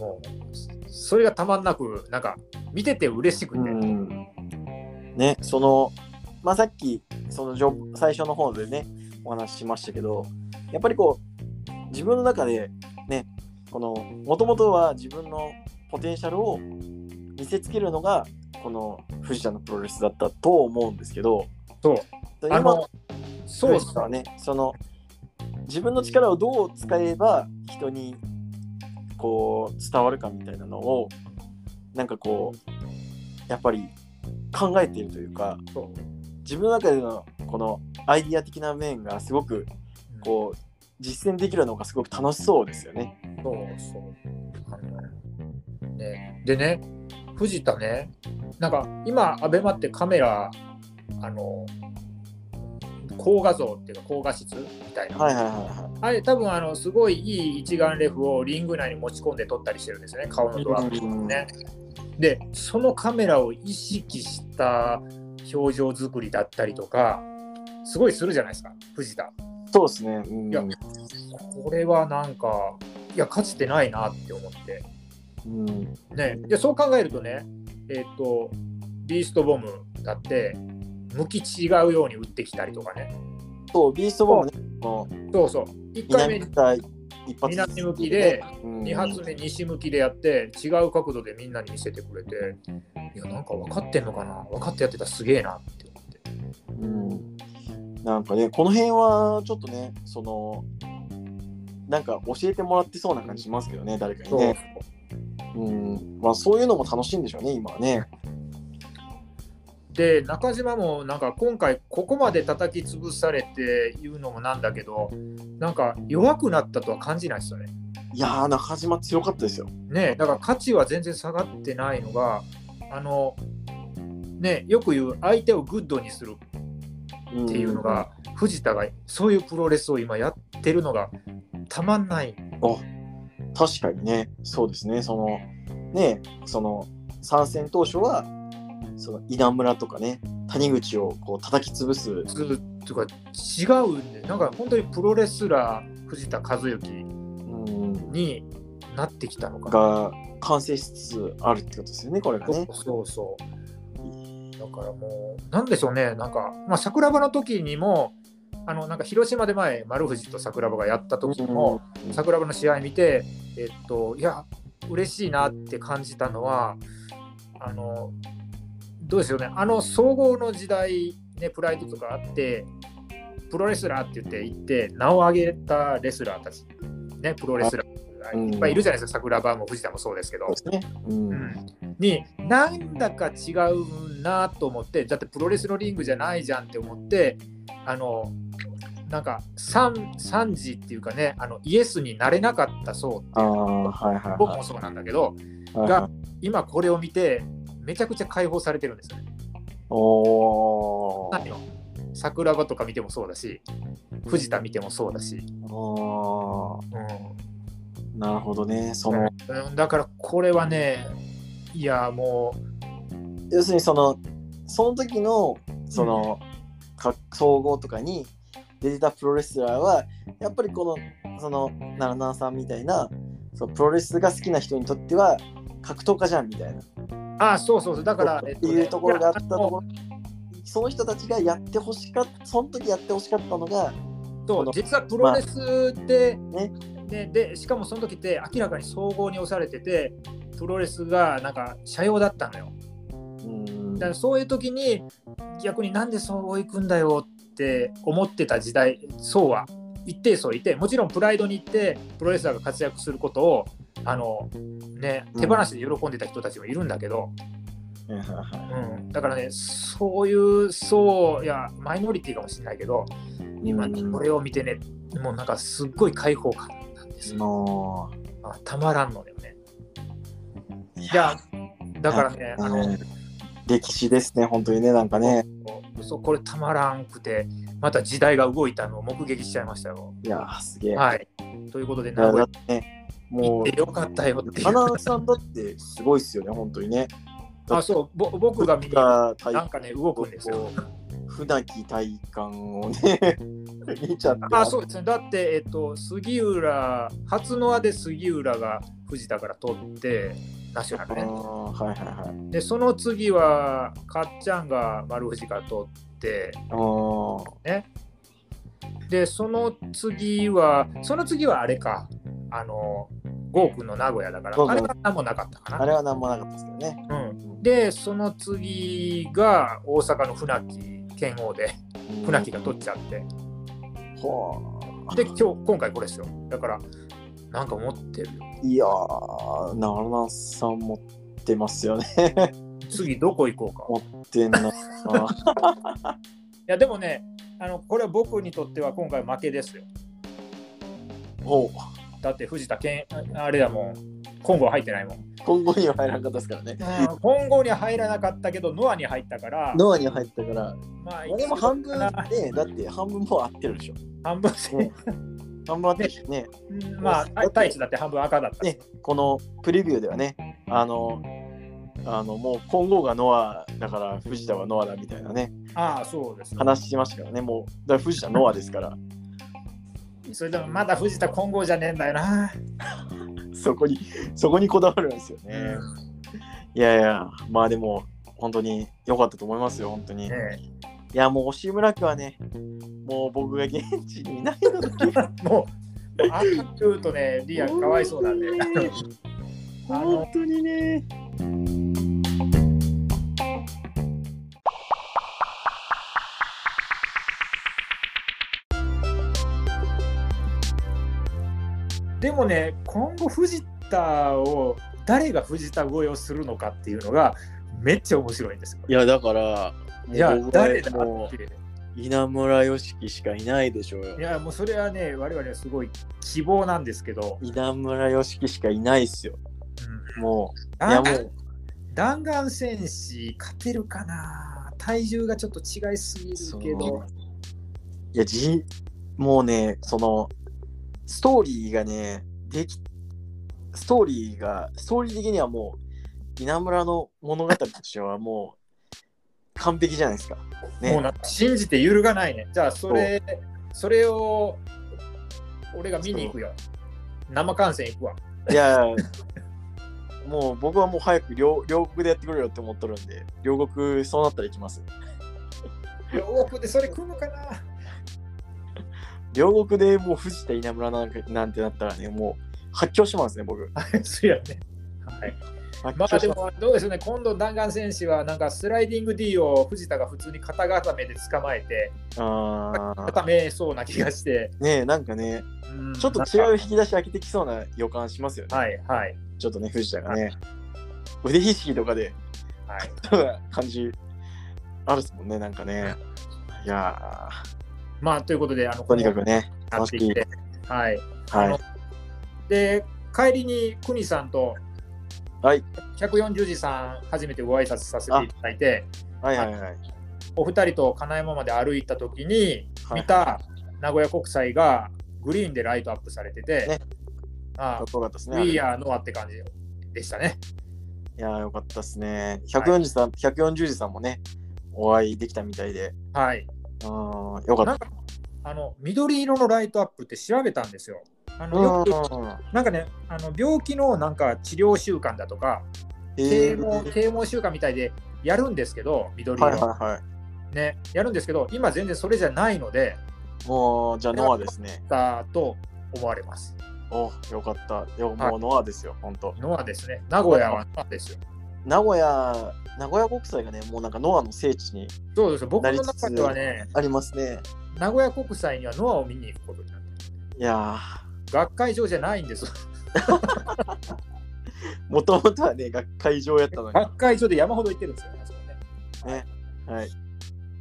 A: もう、それがたまんなく、なんか、見てて嬉しくて、
C: うんね、その、まあ、さっきそのジョ最初の方でねお話ししましたけどやっぱりこう自分の中でねこのもともとは自分のポテンシャルを見せつけるのがこの藤田のプロレスだったと思うんですけど
A: そう、
C: 今
A: あの、
C: そ
A: そうう
C: で
A: そ
C: す
A: う
C: かね、その自分の力をどう使えば人にこう伝わるかみたいなのをなんかこうやっぱり考えているというか
A: そう
C: 自分の中でのこのアイディア的な面がすごくこう実践できるのがすごく楽しそうですよね。
A: そうそう。あのね、でね、藤田ね、なんか今、アベマってカメラ、あの、高画像っていうか高画質みたいな、
C: はいはいはいは
A: あれ多分あのすごいいい一眼レフをリング内に持ち込んで撮ったりしてるんですよね顔のドアップとかね。でそのカメラを意識した表情作りだったりとかすごいするじゃないですか藤田。
C: い。そうですね。うん
A: いやこれはなんかいやかつてないなって思って。
C: うん
A: ね、でそう考えるとね、えっとビーストボムだって向き違うように打ってきたりとかね
C: そう、ビーストボールもね、
A: そうそう1
C: この
A: 回目
C: 南から一発
A: 南向きで、
C: うん
A: 2発目西向きでやって違う角度でみんなに見せてくれていやなんか分かってんのかな分かってやってたらすげえなって思って
C: うんなんかね、この辺はちょっとね、その、なんか教えてもらってそうな感じしますけどね、誰かに
A: そう
C: ね。うんまあ、そういうのも楽しいんでしょうね、今はね。
A: で中島もなんか今回ここまで叩き潰されて言うのもなんだけどなんか弱くなったとは感じないですよね
C: いやー、中島強かったですよ。
A: ねだから価値は全然下がってないのがあのねよく言う相手をグッドにするっていうのが、藤田がそういうプロレスを今やってるのがたまんない
C: うん、確かにね、そうですね、その、ね、その、参戦当初は、その稲村とかね、谷口をこう叩き潰す、
A: ずっとか違うんでなんか本当にプロレスラー藤田和幸
C: うん、
A: になってきたのか
C: が完成しつつあるってことですよね、これが
A: な、
C: ね。
A: そうそうだからもうなんでしょうねなんか、まあ、桜庭の時にもあのなんか広島で前丸藤と桜庭がやった時も、
C: うん
A: 桜庭の試合見て、えっと、いや、嬉しいなって感じたのは、あの、どうですよね、あの総合の時代、ね、プライドとかあって、プロレスラーって言って行って、名を上げたレスラーたち、ね、プロレスラ
C: う
A: ー
C: ん
A: がいっぱいいるじゃないですか、桜庭も藤田もそうですけど
C: そうで。すね。
A: う
C: うん
A: んになんだか違うなと思ってだってプロレスのリングじゃないじゃんって思ってあのなんか3三時っていうかねあのイエスになれなかったそう
C: ああ、はいはい、はい。
A: 僕もそうなんだけど
C: はい
A: が
C: はい
A: 今これを見てめちゃくちゃ解放されてるんですよね。
C: おー
A: 何を桜庭とか見てもそうだし藤田見てもそうだし、
C: おーなるほどね。その、
A: うん、だからこれはねいやも
C: 要するにその、その時の、その、か総合とかに出てたプロレスラーは、やっぱりこの、その、ナラナさんみたいな、そのプロレスが好きな人にとっては、格闘家じゃんみたいな。
A: うああそうそうそうだからえ
C: って
A: ね
C: いうところがあったと
A: いやあの
C: ころ、その人たちがやってほしかった、その時やってほしかったのが、
A: そ
C: こ
A: う
C: の
A: 実はプロレスで,、
C: あね
A: ね、でしかもその時って明らかに総合に押されててプロレスがなんか社用だったのよ
C: うん
A: だからそういう時に逆になんで総合行くんだよって思ってた時代そうは一定層いてもちろんプライドに行ってプロレスラーが活躍することをあの、ね、手放しで喜んでた人たちもいるんだけど、
C: はいはいはい
A: うん、だからねそういう層いやマイノリティかもしれないけど今ねこれを見てねもうなんかすっごい解放感なんですよ、
C: も
A: あたまらんのだよね
C: う、い
A: いやだからねあの、
C: うん歴史ですね、本当にね、なんかね。
A: そうこれたまらんくてまた時代が動いたのを目撃しちゃいましたよ
C: いやー、すげえ。
A: はいということで
C: いや
A: 名
C: だ
A: 古
C: っ
A: 屋
C: てね、
A: 行
C: も
A: ってよかったよっていう
C: う、アナ
A: (laughs)
C: ウンさんだってすごいっすよね、本当にね。
A: あそうぼ僕が見
C: 見
A: た
C: た
A: なんかね動くんですよ
C: こう船木体感をね (laughs) 見ちゃって
A: あそうですね。だって、えっと、杉浦、初ノアで杉浦が藤田から取って、ナショナ
C: あ
A: ル
C: ー
A: ね。
C: はいはいはい
A: で、その次は、かっちゃんが丸藤から取って、
C: あー
A: で、その次は、その次はあれか、あの、ゴー君の名古屋だから、
C: そうそ
A: あ
C: う
A: れは何もなかったか
C: あ
A: な。
C: れは何もなかったですけどね
A: うん、で、その次が大阪の船木剣王で、船木が取っちゃって。
C: ほ
A: で、今日、今回これですよ。だから、なんか持ってるよ。
C: ういやー奈良さん持ってますよね (laughs)
A: 次どこ行こうか。
C: 持ってんなあ (laughs) ー
A: いやでもねあのこれは僕にとっては今回負けですよ
C: ほう
A: だって藤田健ああれだもん今後入ってないもん、
C: 今後には入らなかったですからね
A: 今後には入らなかったけどノアに入ったから
C: ノアに入ったから
A: まあ
C: あれも半分
A: な
C: ねだって半分もう合ってるでしょ
A: 半分
C: ね半分合ってるしね
A: うんまあ太一だって半分赤だった、
C: ね、このプレビューではね、あの、あのもう今後がノアだから藤田はノアだみたいなね、
A: ああそうです
C: 話しましたからね、もう、だから藤田ノアですから、 (laughs)
A: それでもまだ藤田今後じゃねえんだよな、
C: そこに、そこにこだわるんですよね。いやいや、まあでも、本当に良かったと思いますよ、本当に。い
A: ね
C: や、もう、押村区はね、もう僕が現地にいないのだけが、
A: えもうあっ言うとねリアかわいそうなんであの
C: 本当にね。
A: でもね今後藤田を誰が藤田越えをするのかっていうのがめっちゃ面白いんですよ
C: いや、だから、もう
A: いや
C: 僕は
A: 誰だ
C: も
A: っ
C: う
A: て
C: 稲村良樹しかいないでしょうよ
A: い。やもうそれはね我々はすごい希望なんですけど、
C: 稲村良樹しかいないっすよ。もう、い
A: 弾
C: やも
A: 丸
C: う、
A: 弾丸戦士勝てるかな体重がちょっと違いすぎるけど
C: いや、じ、もうね、その、ストーリーがね、でき、ストーリーが、ストーリー的にはもう、稲村の物語としてはもう、完璧じゃないですか。ね
A: もうなんか信じて揺るがないねじゃあそれそれを俺が見に行くよ生観戦行くわ
C: いや、もう僕はもう早く両両国でやってくれよって思っとるんで、両国そうなったら行きます。
A: オープンでそれ来るのかな
C: 両国でもう藤田稲村なんかなんてなったらね、もう発狂しますね、僕。
A: そうやね。はい、
C: 発
A: まあ
C: 狂
A: で
C: します
A: もどうでしょうね、今度弾丸戦士はなんかスライディング D を藤田が普通に肩固めで捕まえて、
C: あー
A: 固めそうな気がして、
C: ねえなんかね
A: うん
C: ちょっと
A: な
C: 違
A: ん
C: う引き出し開けてきそうな予感しますよね、
A: かはいはい
C: ちょっとね藤田がね腕ひしきとかで
A: はい。
C: そうな感じあるっすもんねなんかねいや
A: まあということで、あの
C: ーとにかくね
A: なっていって、はい。
C: はい
A: で、帰りに邦さんと
C: はい
A: 140字さん、初めてご挨拶させていただいて、
C: はいはいはい
A: お二人と金山まで歩いたときに、
C: はい
A: 見た名古屋国際がグリーンでライトアップされてて、
C: ね
A: あ
C: か
A: あ
C: っこよかったですねあ
A: We
C: れ
A: are Noah って感じでしたね。
C: いやーよかったですね140さん140時さんもねお会いできたみたいで
A: はい。
C: うんよか
A: な
C: っ
A: んか、あの、緑色のライトアップって調べたんですよ。あ
C: た
A: の
C: う
A: よ
C: ん
A: くなんかね、あの病気のなんか治療習慣だとか、啓
C: えー
A: 蒙啓蒙習慣みたいでやるんですけど、緑色、
C: はいはいはい
A: ね、やるんですけど、今全然それじゃないので、
C: もうじゃあノアですね
A: だと思われます。
C: およかったいやもうノアですよ本当
A: ノアですね。名古屋はノアですよ。
C: 名古屋、名古屋国際がね、もうなんかノアの聖地に
A: そうですよ。僕の中ではね、
C: ありますね。
A: 名古屋国際にはノアを見に行くことになってる
C: いや
A: 学会場じゃないんです。
C: ー、もともとはね、学会場やったのに。
A: 学会場で山ほど行ってるんですよね。あそこね
C: はい、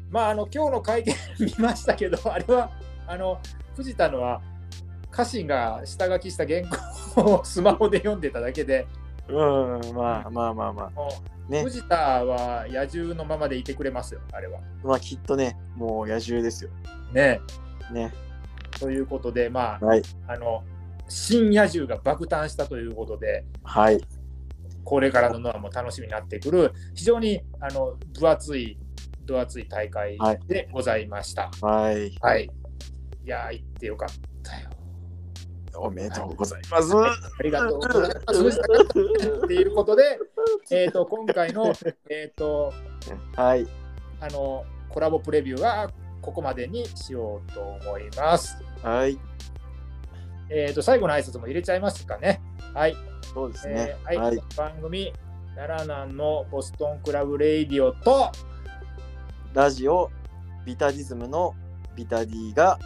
A: まあ、あの今日の会見見ましたけど、 (laughs) あれはあの藤田のは家臣が下書きした原稿をスマホで読んでただけで、
C: うん、まあまあまあま
A: もう
C: ね
A: 藤田は野獣のままでいてくれますよ、あれは。
C: あ。まあきっとね、もう野獣ですよ。
A: ね
C: ね。
A: ということで、ま
C: はい。
A: あ、あの新野獣が爆誕したということで、
C: はい。
A: これからのノアも楽しみになってくる、非常にあの分厚いど熱い大会
C: はい
A: でございました。
C: はい。
A: はい。い、やー、行ってよかったよ。
C: おめでとうございま
A: (laughs)
C: す。
A: ありがとうございます。っていうことで、えー、と今回
C: (laughs)
A: の、えー、と
C: はい。
A: あのコラボプレビューはここまでにしようと思います。
C: はい。
A: えー、と最後の挨拶も入れちゃいますかね。はい。
C: そうですね
A: え。ーは
C: はいい。
A: 番組奈良南のボストンクラブレイディオと
C: ラジオビタリズムのビタディが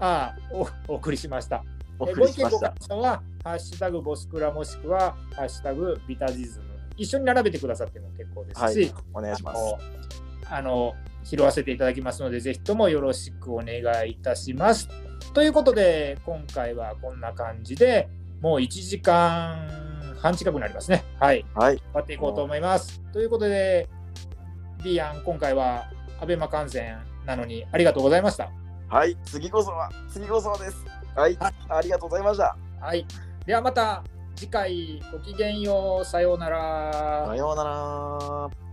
A: あーおお送りしました。
C: お
A: えー
C: 送
A: ご
C: り
A: 意
C: し
A: 見
C: ま
A: ご
C: し
A: 感
C: た。
A: 想は「ハッシュタグボスクラ」もしくは「ハッシュタグビタジズム」一緒に並べてくださっても結構ですし、
C: はい。お願いし
A: あ
C: ます。
A: のあの拾わせていただきますので、ぜひともよろしくお願いいたします。ということで、今回はこんな感じで、もう1時間半近くになりますね。はい、
C: はい。
A: 終わっていこうと思います。ということで、リアン、今回はアベマ観戦なのにありがとうございました。
C: はい、次こそは、次こそはです。はい、
A: は
C: ありがとうございました。
A: はい、ではまた次回、ごきげんよう、さようなら。
C: さようなら。